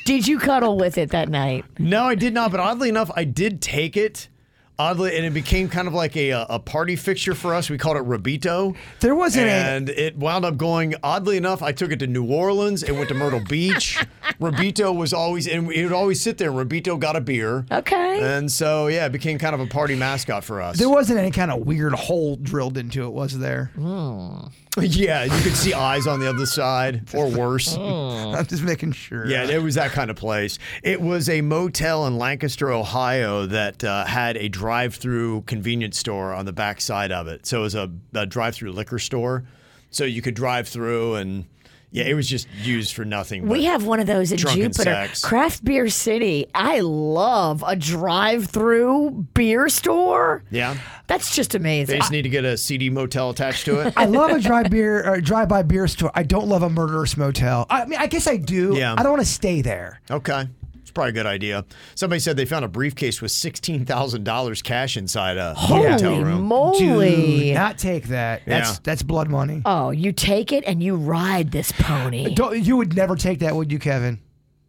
Did you cuddle with it that night?
No, I did not, but oddly enough, I did take it. Oddly, and it became kind of like a, uh, a party fixture for us. We called it Rabito.
There wasn't a-
And it wound up going, oddly enough, I took it to New Orleans. It went to Myrtle Beach. Rabito was always, and it would always sit there. and Rabito got a beer.
Okay.
And so, yeah, it became kind of a party mascot for us.
There wasn't any kind of weird hole drilled into it, was there?
Yeah, you could see eyes on the other side, or
Oh.
worse.
I'm just making sure.
Yeah, it was that kind of place. It was a motel in Lancaster, Ohio, that uh, had a drive-through convenience store on the back side of it. So it was a, a drive-through liquor store, so you could drive through, and yeah, it was just used for nothing.
We
but
have one of those in
drunken
Jupiter.
sex.
Craft Beer City. I love a drive-through beer store.
Yeah,
That's just
they
amazing.
just need to get a CD motel attached to it.
I love a dry beer or drive-by beer store. I don't love a murderous motel. I mean, I guess I do.
Yeah.
I don't want to stay there.
Okay. It's probably a good idea. Somebody said they found a briefcase with sixteen thousand dollars cash inside a hotel
Holy
room.
moly.
Do not take that. That's
Yeah.
that's blood money.
Oh, you take it and you ride this pony.
Don't, you would never take that, would you, Kevin?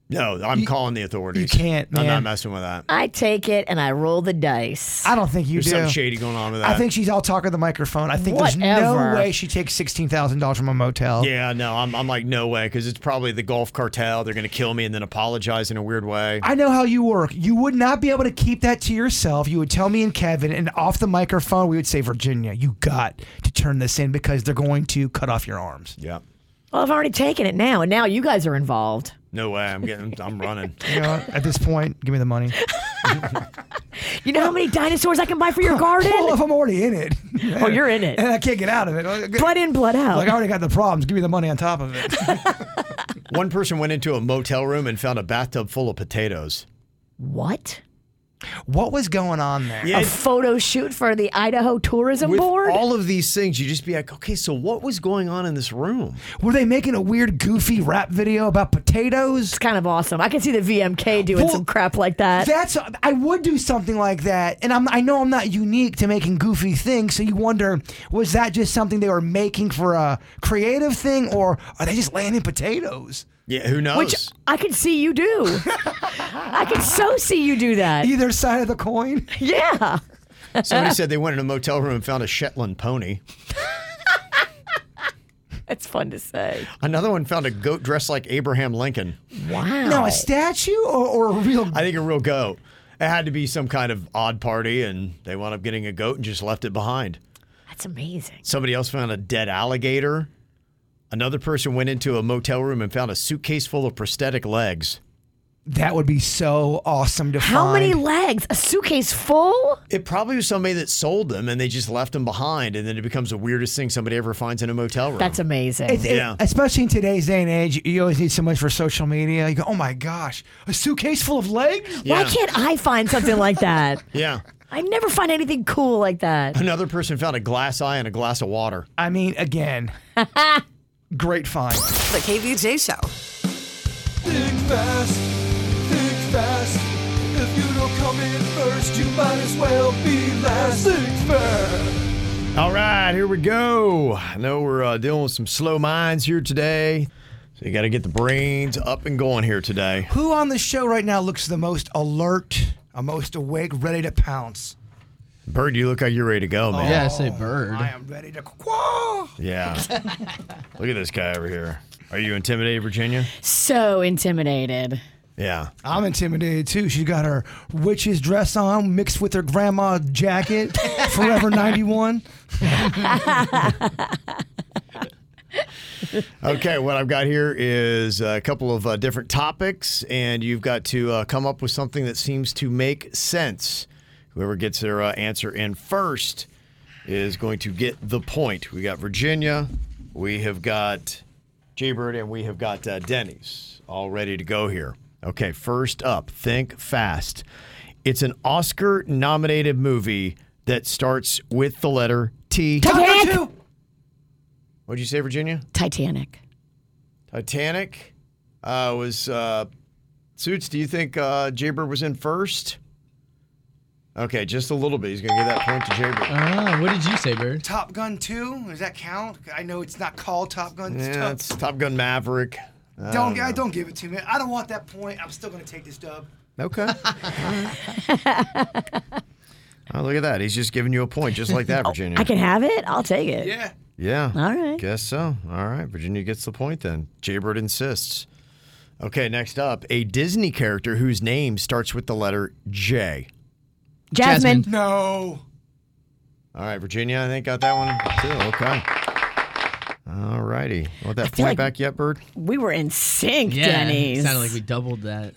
No, I'm calling the authorities.
you can't,
I'm not
man.
messing with that.
I take it and I roll the dice.
I don't think you
There's
do.
something shady going on with that.
I think she's all talk at the microphone. I think there's
Whatever.
no way she takes sixteen thousand dollars from a motel.
Yeah, no, I'm, I'm like, no way, because it's probably the golf cartel. They're going to kill me and then apologize in a weird way.
I know how you work. You would not be able to keep that to yourself. You would tell me and Kevin, and off the microphone, we would say, Virginia, you got to turn this in because they're going to cut off your arms.
yeah.
Well, I've already taken it now, and now you guys are involved.
No way. I'm getting, I'm running.
You know, at this point, give me the money.
You know how many dinosaurs I can buy for your
Well, if
garden?
I'm already in it,
Oh, you're in it.
and I can't get out of it, like
Blood in, blood
I
out.
already got the problems. Give me the money on top of it.
One person went into a motel room and found a bathtub full of potatoes.
What?
What was going on there?
a photo shoot for the Idaho Tourism
With
Board.
all of these things, you just be like, okay, so what was going on in this room?
Were they making a weird, goofy rap video about potatoes? It's
kind of awesome. I can see the VMK doing some crap like that.
That's I would do something like that, and I'm, I know I'm not unique to making goofy things. So you wonder, was that just something they were making for a creative thing, or are they just landing potatoes?
Yeah, who knows?
Which I could see you do. I could so see you do that.
Either side of the coin.
Yeah.
Somebody said they went in a motel room and found a Shetland pony.
It's fun to say.
Another one found a goat dressed like Abraham Lincoln.
Wow.
Now a statue or, or a real?
I think a real goat. It had to be some kind of odd party, and they wound up getting a goat and just left it behind.
That's amazing.
Somebody else found a dead alligator. Another person went into a motel room and found a suitcase full of prosthetic legs.
That would be so awesome to
How
find.
many legs? A suitcase full?
It probably was somebody that sold them and they just left them behind, and then it becomes the weirdest thing somebody ever finds in a motel room.
That's amazing.
It's- it-
Yeah.
especially in today's day and age, you always need so much for social media. You go, oh my gosh, a suitcase full of legs?
Why
Yeah.
can't I find something like that?
yeah.
I never find anything cool like that.
Another person found a glass eye and a glass of water.
I mean, again, great find.
The KVJ Show.
Think fast, think fast. If you don't come in first, you might as well be last. Think fast.
All right, here we go. I know we're uh, dealing with some slow minds here today. So you got to get the brains up and going here today.
Who on the show right now looks the most alert, uh, most awake, ready to pounce?
Bird, you look like you're ready to go, man.
Yeah, I say bird.
I am ready to quaw.
Yeah. look at this guy over here. Are you intimidated, Virginia?
So intimidated.
Yeah.
I'm intimidated too. She's got her witch's dress on mixed with her grandma jacket, Forever 91.
Okay, what I've got here is a couple of uh, different topics, and you've got to uh, come up with something that seems to make sense. Whoever gets their uh, answer in first is going to get the point. We got Virginia, we have got Jaybird, and we have got uh, Denny's all ready to go here. Okay, first up, think fast. It's an Oscar nominated movie that starts with the letter T.
Taco two.
What'd you say, Virginia?
Titanic.
Titanic uh, was uh, Suits. Do you think uh, Jaybird was in first? Okay, just a little bit. He's gonna give that point to Jaybird.
Ah, what did you say, bird?
Top Gun 2? Does that count? I know it's not called Top Gun. it's
Yeah,
Top-
it's Top Gun Maverick. I
Don't
know.
I don't give it to me. I don't want that point. I'm still gonna take this dub.
Okay. oh, look at that. He's just giving you a point, just like that, Virginia.
Oh, I can have it. I'll take it.
Yeah.
Yeah.
All right.
Guess so. All right. Virginia gets the point then. Jaybird insists. Okay, next up, a Disney character whose name starts with the letter J.
Jasmine.
No.
All right, Virginia, I think got that one too. Okay. All righty. Want that
feel
point
like-
back yet, Bird?
We were in sync,
Yeah,
Denny's.
sounded like we doubled that.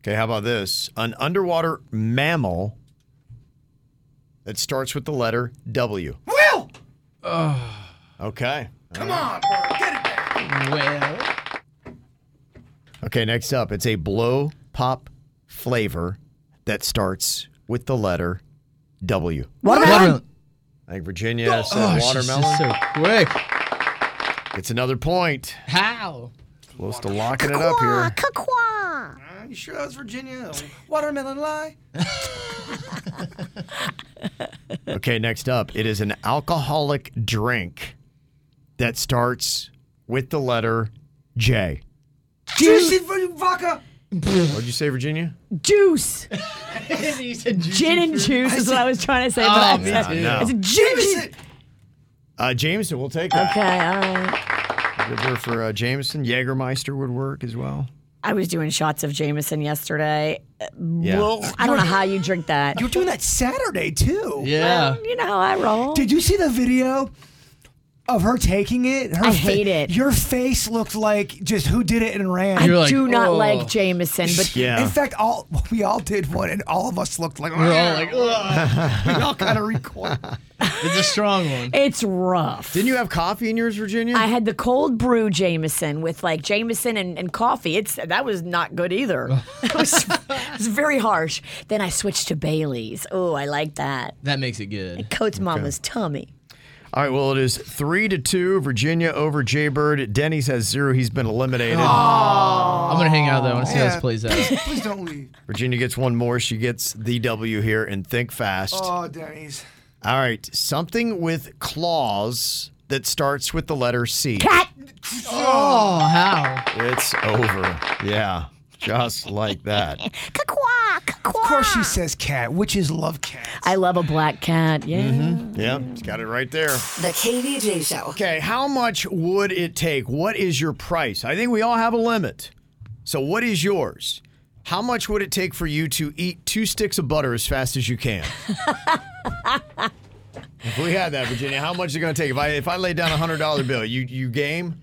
Okay, how about this? An underwater mammal that starts with the letter W.
Will!
Okay.
Come on, bro. Get it back.
Well,
Okay, next up, it's a blow pop flavor that starts with the letter W.
watermelon.
I think Virginia said
Oh, she's just
watermelon.
so quick.
It's another point.
How?
Close to locking it up here.
Uh, You sure that was Virginia? Watermelon lie?
Okay, next up, it is an alcoholic drink that starts with the letter J.
Juicy v- vodka.
What'd you say, Virginia?
Juice.
You said juicy
Gin and
fruit.
juice is what I was trying to say,
Oh,
but
me
I
too.
I said gin.
Jameson.
Uh, Jameson, we'll take that.
Okay, all
uh,
right.
Good word for uh, Jameson. Jägermeister would work as well.
I was doing shots of Jameson yesterday.
Yeah.
Well, I don't know how you drink that.
You were doing that Saturday too.
Yeah.
You know how I roll.
Did you see the video of her taking it. Her
I hate it.
Your face looked like just who did it and ran.
I You're like, do not "Oh." like Jameson, but- Yeah.
in fact, all we all did one, and all of us looked like
We're all like, "Ugh."
we all kind of recoiled.
It's a strong one.
It's rough.
Didn't you have coffee in yours, Virginia?
I had the cold brew Jameson with like Jameson and, and coffee. It's that was not good either. it, was, it was very harsh. Then I switched to Bailey's. Oh, I like that.
That makes it good.
It coats mama's tummy.
All right, well, it is three to two. Virginia over Jaybird. Denny's has zero. He's been eliminated.
I'm gonna hang out though. I want to see how this plays out.
Please don't leave.
Virginia gets one more. She gets the W here and think fast.
Oh, Denny's.
All right, something with claws that starts with the letter C.
Oh, how?
It's over. Yeah, just like that.
Of course,
Ah.
she says cat, which is love cat.
I love a black cat. Yeah.
Mm-hmm.
Yep, it's got it right there.
The KVJ Show.
Okay, how much would it take? What is your price? I think we all have a limit. So, what is yours? How much would it take for you to eat two sticks of butter as fast as you can? if we had that, Virginia, how much is it going to take? If I if I laid down a hundred dollar bill, you you game?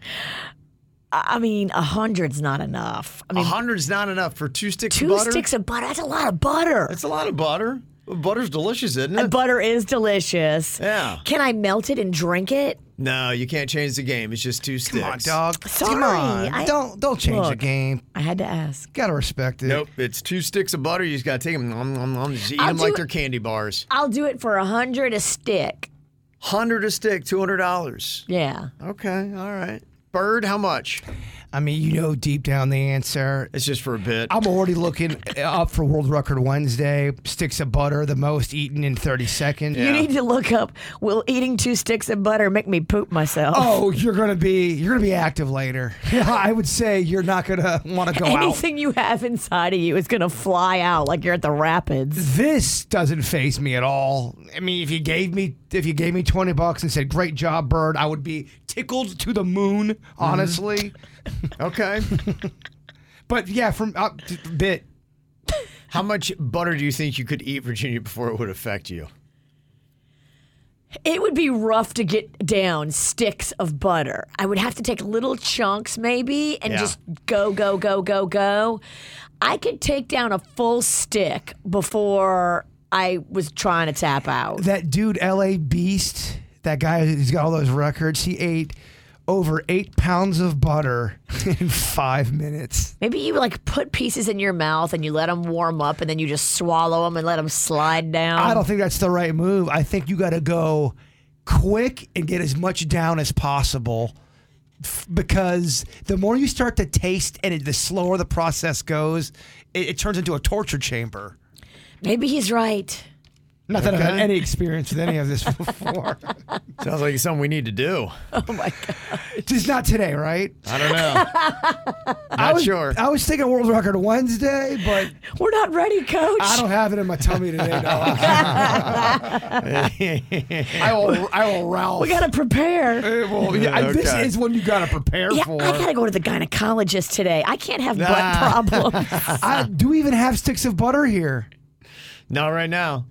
I I mean, a hundred's not enough.
A
I mean,
hundred's not enough for two sticks
two
of butter.
sticks of butter. That's a lot of butter.
That's a lot of butter. Butter's delicious, isn't it?
Butter is delicious.
Yeah.
Can I melt it and drink it?
No, you can't change the game. It's just two sticks.
Come on, dog.
Sorry,
Come on.
I-
don't don't change the
Look.
game.
I had to ask.
Gotta respect it.
Nope, it's two sticks of butter. You just gotta take them. Nom, nom, nom. Just eat
I'll
them like
do-
they're candy bars.
I'll do it for a hundred a stick.
Hundred a stick, two hundred dollars.
Yeah.
Okay, all right. Bird, how much?
I mean, you know deep down the answer.
It's just for a bit.
I'm already looking up for World Record Wednesday. Sticks of butter, the most eaten in 30 seconds.
You need to look up. Will eating two sticks of butter make me poop myself?
Oh, you're gonna be you're gonna be active later. I would say you're not gonna want to go out.
Anything you have inside of you is gonna fly out like you're at the rapids.
This doesn't phase me at all. I mean, if you gave me if you gave me twenty bucks and said "Great job, Bird," I would be tickled to the moon. Honestly, Mm-hmm.
Okay.
but yeah, from uh, t- bit
how much butter do you think you could eat, Virginia, before it would affect you?
It would be rough to get down sticks of butter. I would have to take little chunks maybe and
Yeah.
just go, go, go, go, go. I could take down a full stick before I was trying to tap out.
that dude, L.A. Beast, that guy who's got all those records, he ate over eight pounds of butter in five minutes.
Maybe you like put pieces in your mouth and you let them warm up and then you just swallow them and let them slide down.
I don't think that's the right move. I think you got to go quick and get as much down as possible f- because the more you start to taste and it, the slower the process goes, it, it turns into a torture chamber.
Maybe he's right.
Not that I've had
Okay.
any experience with any of this before.
Sounds like it's something we need to do.
Just not today, right?
I don't know.
I
Not
was,
sure.
Oh, I was thinking world record Wednesday, but
We're not ready, coach.
I don't have it in my tummy today, dog. I will, I will Ralph.
we got to prepare.
It will- yeah, This
Uh, Okay.
is one you got to prepare
Yeah,
for.
I gotta go to the gynecologist today. I can't have
Nah.
butt problems.
I, do we even have sticks of butter here?
Not right now.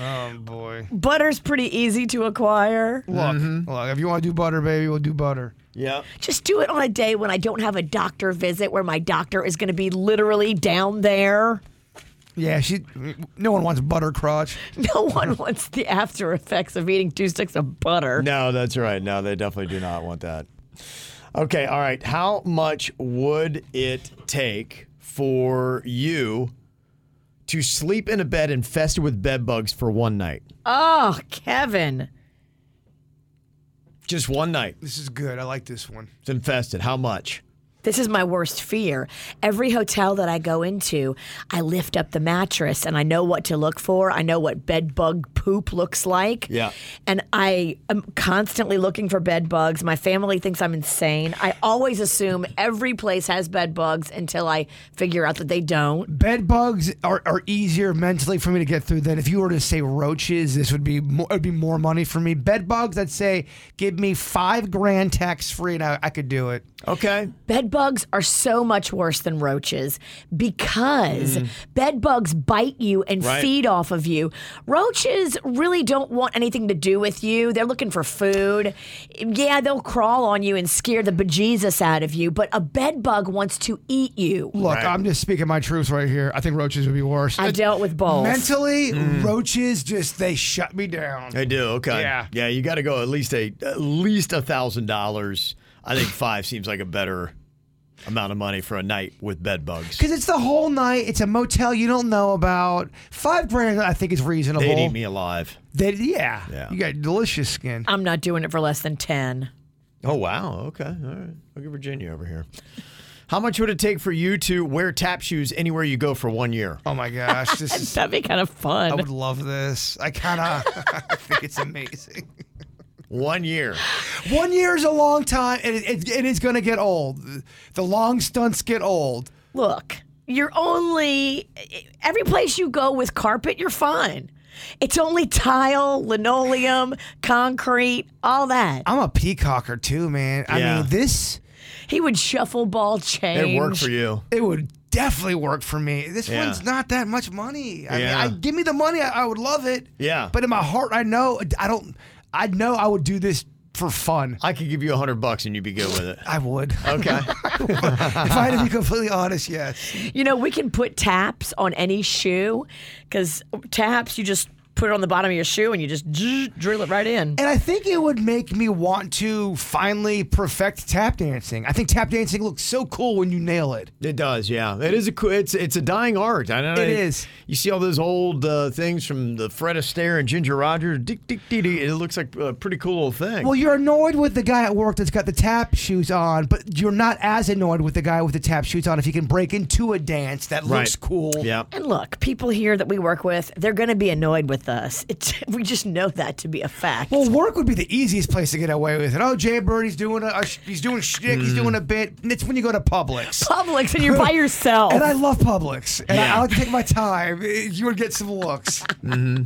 Oh boy!
Butter's pretty easy to acquire.
Look, look. If you want to do butter, baby, we'll do butter.
Yeah.
Just do it on a day when I don't have a doctor visit where my doctor is gonna be literally down there.
Yeah, she. No one wants butter crotch.
No one wants the after effects of eating two sticks of butter.
No, that's right. No, they definitely do not want that. Okay, all right. How much would it take for you to sleep in a bed infested with bed bugs for one night?
Oh, Kevin.
Just one night.
This is good. I like this one.
It's infested. How much?
This is my worst fear. Every hotel that I go into, I lift up the mattress and I know what to look for. I know what bed bug poop looks like.
Yeah.
And I am constantly looking for bed bugs. My family thinks I'm insane. I always assume every place has bed bugs until I figure out that they don't.
Bed bugs are, are easier mentally for me to get through than if you were to say roaches. This would be more, it'd be more money for me. Bed bugs, I'd say, give me five grand tax free, and I, I could do it.
Okay.
Bed bugs are so much worse than roaches because
Mm.
bed bugs bite you and
Right.
feed off of you. Roaches really don't want anything to do with you. They're looking for food. Yeah, they'll crawl on you and scare the bejesus out of you, but a bed bug wants to eat you.
Look, I'm just speaking my truths right here. I think roaches would be worse.
I dealt with both.
Mentally,
Mm.
roaches just they shut me down.
I do. Okay. Yeah. Yeah. You got to go at least a at least a thousand dollars. I think five seems like a better amount of money for a night with bed bugs.
Because it's the whole night. It's a motel you don't know about. Five grand, I think, is reasonable.
They'd eat me alive.
They- yeah.
Yeah.
You got delicious skin.
I'm not doing it for less than 10.
Oh wow. Okay. All right. Look at Virginia over here. How much would it take for you to wear tap shoes anywhere you go for one year?
Oh my gosh, this is
that'd be kind of fun.
I would love this. I kind of I think it's amazing.
One year.
One year is a long time, and it, it, it is going to get old. The long stunts get old.
Look, you're only every place you go with carpet, you're fine. It's only tile, linoleum, concrete, all that.
I'm a peacocker too, man. I
Yeah.
mean, this.
He would shuffle ball change.
you.
It would definitely work for me. This
Yeah.
one's not that much money. I
Yeah.
mean, I, give me the money. I, I would love it.
Yeah.
But in my heart, I know I don't. I know I would do this for fun.
I could give you a hundred bucks and you'd be good with it.
I would.
Okay.
if I had to be completely honest, yes.
You know, we can put taps on any shoe because taps, you just put it on the bottom of your shoe and you just zzz, drill it right in.
And I think it would make me want to finally perfect tap dancing. I think tap dancing looks so cool when you nail it.
It does, yeah. It is a cool. It's it's a dying art. I know
It
I-
is.
You see all those old uh, things from the Fred Astaire and Ginger Rogers. Dick, dick, dee, dee. It looks like a pretty cool little thing.
Well, you're annoyed with the guy at work that's got the tap shoes on, but you're not as annoyed with the guy with the tap shoes on if he can break into a dance that looks cool.
Yeah.
And look, people here that we work with, they're going to be annoyed with us. It's, we just know that to be a fact.
Well, work would be the easiest place to get away with it. Oh, Jay Bird, he's doing a, a sh- he's doing shtick, he's
Mm.
doing a bit. And it's when you go to Publix.
Publix, and you're by yourself.
and I love Publix, and I,
Yeah.
I like to take my time. Eh, You would get some looks.
hmm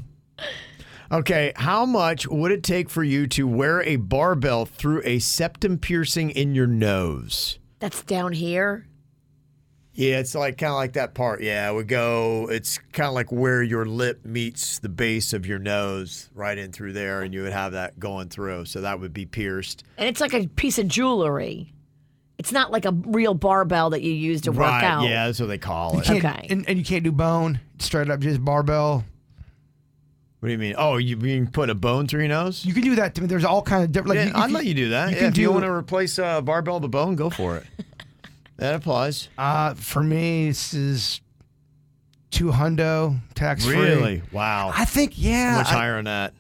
Okay, how much would it take for you to wear a barbell through a septum piercing in your nose?
That's down here.
Yeah, it's like kind of like that part. Yeah, we go. It's kind of like where your lip meets the base of your nose, right in through there, and you would have that going through. So that would be pierced.
And it's like a piece of jewelry. It's not like a real barbell that you use to work
right?
out.
Yeah, that's what they call
You
it.
can't- And, and you can't do bone, straight up just barbell.
What do you mean? Oh, you mean put a bone through your nose?
You can do that. I mean, there's all kind of different. Like,
yeah,
if
I'd let you do that.
You
Yeah,
can
if
do.
you want to replace uh, barbell to bone, go for it. that applies.
uh, for me, this is two hundo tax free.
Really? Wow.
I think yeah.
Much
I-
higher than that.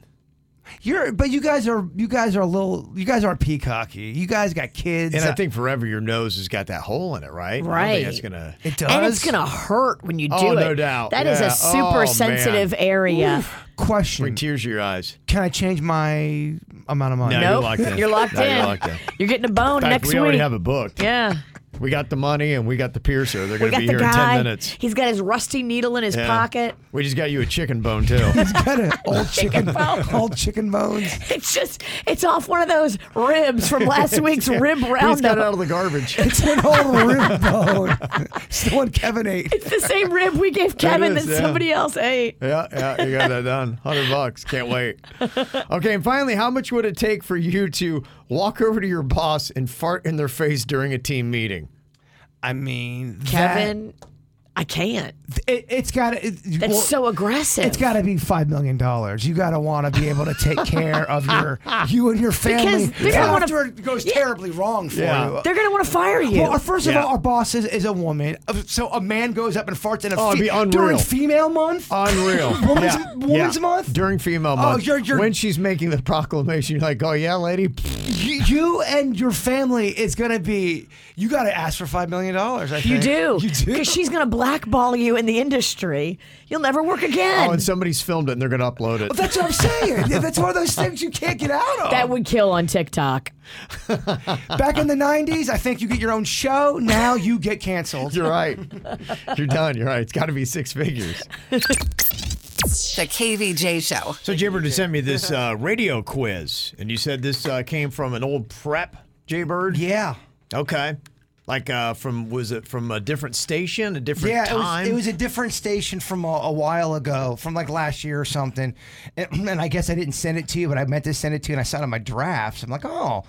You're, but you guys are, you guys are a little, you guys are peacocky. You guys got kids.
And I think forever your nose has got that hole in it, right? I don't think
Right.
That's gonna.
It
And it's going to hurt when you do
Oh,
it.
no doubt.
That is
Yeah.
a super
Oh,
sensitive
man.
area.
Oof. question.
Bring tears to your eyes.
Can I change my amount of money?
No, you're locked in.
You're locked
No,
in.
You're locked in.
You're getting a bone
In fact,
next
we already
week.
have it booked.
Yeah.
We got the money and we got the piercer. They're
we
going to
got
be
the
here in
guy.
ten minutes.
He's got his rusty needle in his
Yeah.
pocket.
We just got you a chicken bone too.
got an old chicken, old chicken bones.
It's just, it's off one of those ribs from last week's rib
He's got it
roundup.
out
of the garbage.
It's an old rib bone. It's the one Kevin ate.
It's the same rib we gave Kevin
is,
that
yeah.
somebody else ate.
Yeah, yeah, you got that done. Hundred bucks, can't wait. Okay, and finally, how much would it take for you to walk over to your boss and fart in their face during a team meeting?
I mean,
Kevin, I can't.
It, it's got to.
That's so aggressive.
It's got to be five million dollars. You got to want to be able to take care of your you and your family.
Because they're gonna wanna-
after it goes terribly wrong for
Yeah.
you.
They're going to want to fire you.
Well, first
Yeah.
of all, our boss is, is a woman, so a man goes up and farts in a
Oh, it'd
fe-
be unreal. Oh,
during female month.
Unreal.
woman's
Yeah,
woman's
yeah.
month.
During female
Oh,
month.
you're- you're-
when she's making the proclamation, you're like, oh, yeah, lady.
You, you and your family is gonna be. You got to ask for five million dollars. I
You
think.
do.
You do.
Because she's going to blackball you in the industry. You'll never work again.
Oh, and somebody's filmed it and they're going to upload it.
Well, that's what I'm saying. That's one of those things you can't get out
uh,
of.
that would kill on TikTok.
Back in the '90s, I think you get your own show. Now you get canceled.
You're right. You're done. You're right. It's got to be six figures.
The KVJ Show.
So, Jaybird had sent me this uh, radio quiz, and you said this uh, came from an old prep, Jaybird?
Yeah.
Okay. Like uh, from was it from a different station, a different
yeah,
time?
It, was, it was a different station from a, a while ago, from like last year or something. And, and I guess I didn't send it to you, but I meant to send it to you, and I saw it on my drafts. I'm like, oh,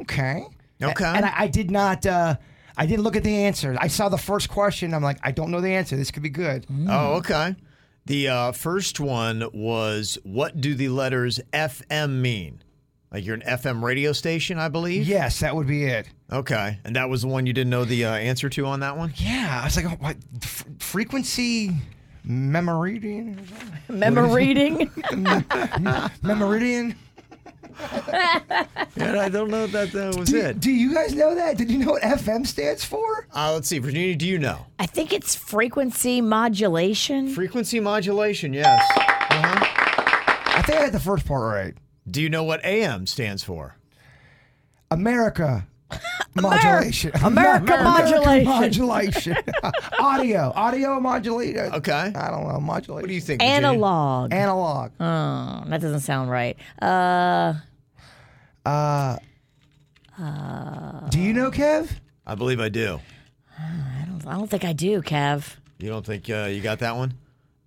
okay,
okay.
And I, I did not. Uh, I didn't look at the answer. I saw the first question. I'm like, I don't know the answer. This could be good.
Oh, okay. The uh, first one was what do the letters FM mean? Like you're an FM radio station, I believe.
Yes, that would be it.
Okay, and that was the one you didn't know the uh, answer to on that one.
Yeah, I was like, oh, what f- frequency? Memoridian?
Memoridian?
Memoridian?
And I don't know if that, that was
do,
it.
do you guys know that? Did you know what FM stands for?
Uh, let's see, Virginia, do you know
I think it's frequency modulation.
frequency modulation? Yes. Uh-huh.
I think I had the first part right.
Do you know what AM stands for?
America. Modulation.
America modulation.
modulation. audio. Audio modulation.
Okay. I
don't know. Modulation.
What do you think? Virginia?
Analog.
Analog.
Oh, that doesn't sound right. Uh,
Uh,
uh,
do you know, Kev?
I believe I do.
I don't, I don't think I do, Kev.
You don't think uh, you got that one?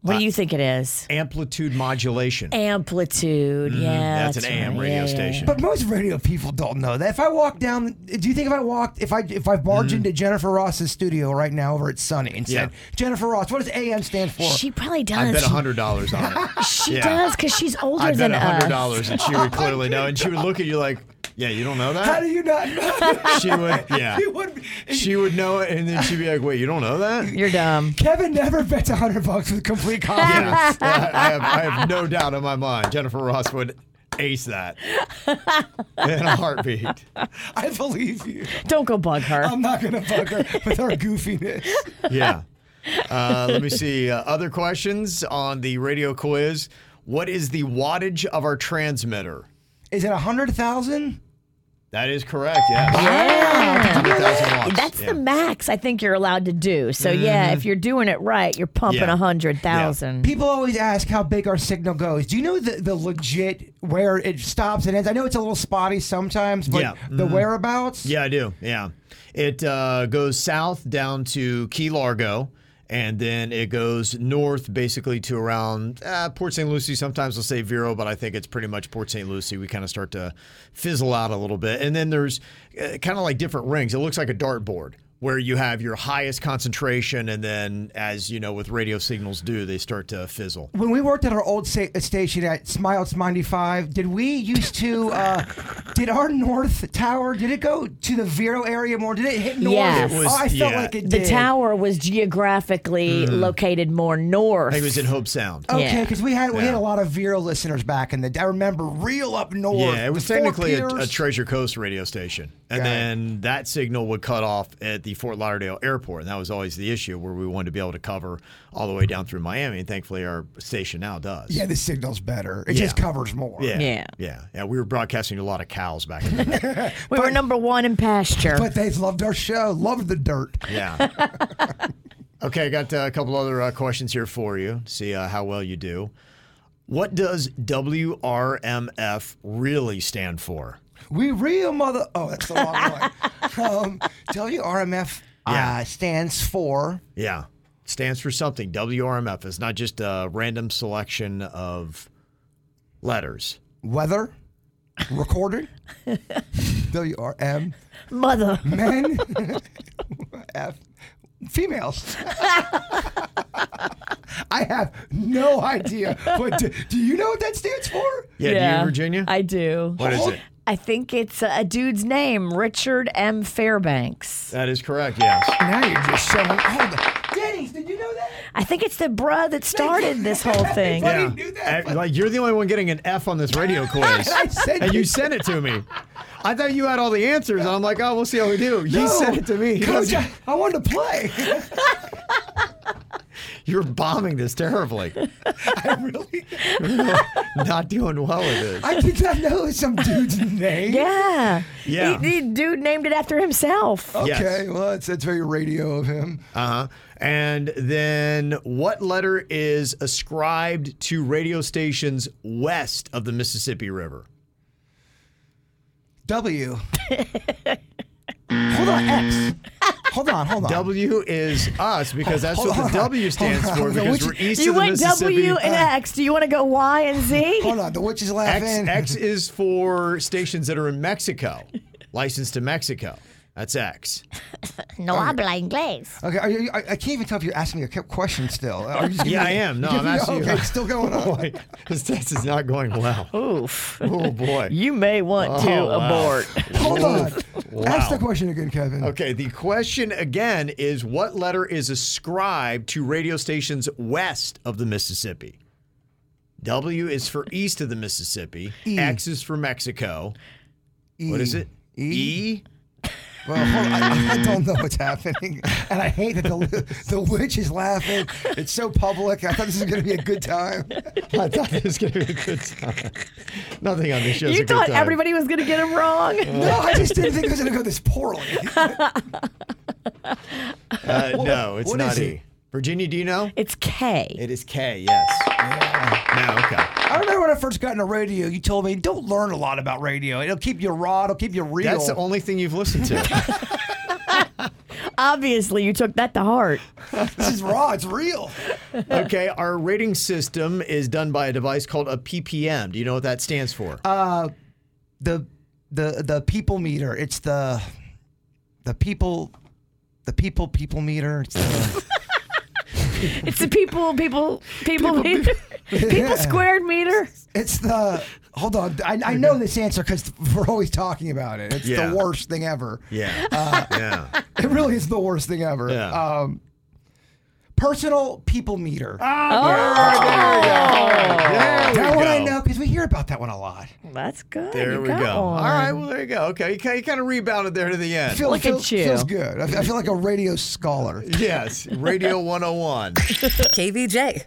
What
Uh,
do you think it is?
Amplitude modulation.
Amplitude. yeah,
Mm-hmm. that's an AM
right.
radio
Yeah, yeah,
station.
But most radio people don't know that. If I walk down, do you think if I walked, if I if I barged into Jennifer Ross's studio right now over at Sunny and said,
Mm-hmm. Yeah.
Jennifer Ross, what does AM stand for?
yeah. She probably does.
I bet
She-
hundred dollars on it.
She
Yeah.
does because she's older
I bet
than
hundred
us.
dollars, and she would clearly know. And she would look at you like, "Yeah, you don't know
How
that."
do you not know?
She would, yeah.
You would-
She would know it, and then she'd be like, "Wait, you don't know that?"
You're dumb.
Kevin never bets a hundred bucks with complete confidence.
Yeah, I, I have, I have no doubt in my mind. Jennifer Ross would ace that in a heartbeat.
I believe you.
Don't go bug her.
I'm not gonna bug her with our goofiness.
Yeah. Uh, let me see uh, other questions on the radio quiz. What is the wattage of our transmitter?
Is it a hundred thousand?
That is correct. Yes.
Yeah.
100,000 watts.
That's
Yeah. Mm-hmm.
the max I think you're allowed to do. So yeah, if you're doing it right, you're pumping a
Yeah.
hundred thousand.
People always ask how big our signal goes. Do you know the, the legit where it stops and ends? I know it's a little spotty sometimes, but
Yeah. Mm-hmm.
the whereabouts?
Yeah, I do. Yeah. It uh, goes south down to Key Largo, and then it goes north basically to around uh, Port St. Lucie. Sometimes we'll say Vero, but I think it's pretty much Port St. Lucie. We kind of start to fizzle out a little bit. And then there's uh, kind of like different rings. It looks like a dartboard. Where you have your highest concentration, and then as you know, with radio signals do, they start to fizzle.
When we worked at our old sa- station at Smiles 95, did we used to, uh, did our north tower, did it go to the Vero area more? Did it hit north?
Yes. It
was-
oh, I felt
yeah.
like it
The
did.
tower was geographically located more north.
I think it Mm-hmm. was in Hope Sound.
Okay,
Yeah.
because we had we had
Yeah.
a lot of Vero listeners back in the day. I remember real up north.
Yeah, it was
the Four
technically a, a
Piers.
Treasure Coast radio station. And
Got it.
then that signal would cut off at the Fort Lauderdale airport. And that was always the issue where we wanted to be able to cover all the way down through Miami. And thankfully, our station now does.
Yeah, the signal's better. It
Yeah.
just covers more.
Yeah,
Yeah.
yeah. Yeah. We were broadcasting to a lot of cows back in the day.
we were number one in pasture.
But they loved our show, loved the dirt.
Yeah. okay, I got uh, a couple other uh, questions here for you. See uh, how well you do. What does WRMF really stand for?
We real mother. Oh, that's the wrong one. Um, WRMF
Yeah.
uh, stands for.
Yeah. Stands for something. WRMF. It's not just a random selection of letters.
weather recorded WRM
Mother.
men F females. I have no idea. But do, do you know what that stands for?
Yeah, do you, Virginia?
I do.
what is it?
I think it's a dude's name, Richard M. Fairbanks.
That is correct, yes.
Now you're just showing. Hold on. Denny's, did you know that?
I think it's the bruh that started this whole thing.
Yeah. already knew that,
Uh, Like you're the only one getting an F on this radio quiz.
I said
and you sent it to me. I thought you had all the answers. And I'm like, oh, we'll see how we do. You
No.
sent it to me. He
Coach,
doesn't-
I, I wanted to play.
You're bombing this terribly.
I really,
Not doing well with it.
I did not know some dude's name.
Yeah.
Yeah.
e-
Oh,
He, the dude named it after himself.
Okay,
Yes.
well, that's, that's very radio of him.
Uh huh. And then what letter is ascribed to radio stations west of the Mississippi River?
W. Hold on, X. Hold on, hold on.
W is us because that's
Um, Hold-
what the
hold on,
W stands
hold
for
on.
because
Which-
we're east
you
of the
went
Mississippi.
W
uh,
and X. Do you want to go Y and Z?
Hold on, the witch is
X,
laughing.
X is for stations that are in Mexico, licensed to Mexico. That's X.
No habla inglés.
Okay, are you, I, I can't even tell if you're asking me a cu- question still. Are you just
Yeah,
giving
I
me-
am. No,
you're
I'm
giving me-
asking you.
Okay, it's still going on.
Boy, this test is not going well.
Oof.
Oh, boy.
You may want to
Oh, wow.
abort.
Hold on.
Wow.
Ask the question again, Kevin.
Okay, the question again is what letter is ascribed to radio stations west of the Mississippi? W is for east of the Mississippi.
E.
X is for Mexico. What is it? E?
Well, hold on, I, I don't know what's happening, and I hate that the the witch is laughing. It's so public. I thought this was going to be a good time.
I thought it was going to be a good time. Nothing on this show. is
You
a good
thought
time.
everybody was going to get him wrong.
No, I just didn't think it was going to go this poorly.
Uh,
What-
no, it's
what
not
is
E.
it?
Virginia, do you know?
It's K.
It is K, yes. No, okay.
I remember when I first got into radio, you told me don't learn a lot about radio. It'll keep you raw. It'll keep you real.
That's the only thing you've listened to.
Obviously, you took that to heart.
this is raw. It's real.
okay, our rating system is done by a device called a PPM. Do you know what that stands for?
Uh, the the the people meter. It's the the people the people people meter. It's the,
It's the people, people, people meter.
Yeah.
People squared meter.
it's the hold on. I, I know this answer because we're always talking about it. It's
Yeah.
the worst thing ever.
yeah.
Uh,
yeah.
It really is the worst thing ever.
Yeah.
Um, personal people meter.
Oh, There
that
we
one I
go.
know because we hear about that one a lot.
Oh, That's good.
There
You
we go.
got
All
one.
right, well, there you go. Okay, you kind of, rebounded there to the end.
Feel-
Look
feel-
at you.
Feels good. I, I feel like a radio oh scholar.
yes, Radio 101.
KVJ.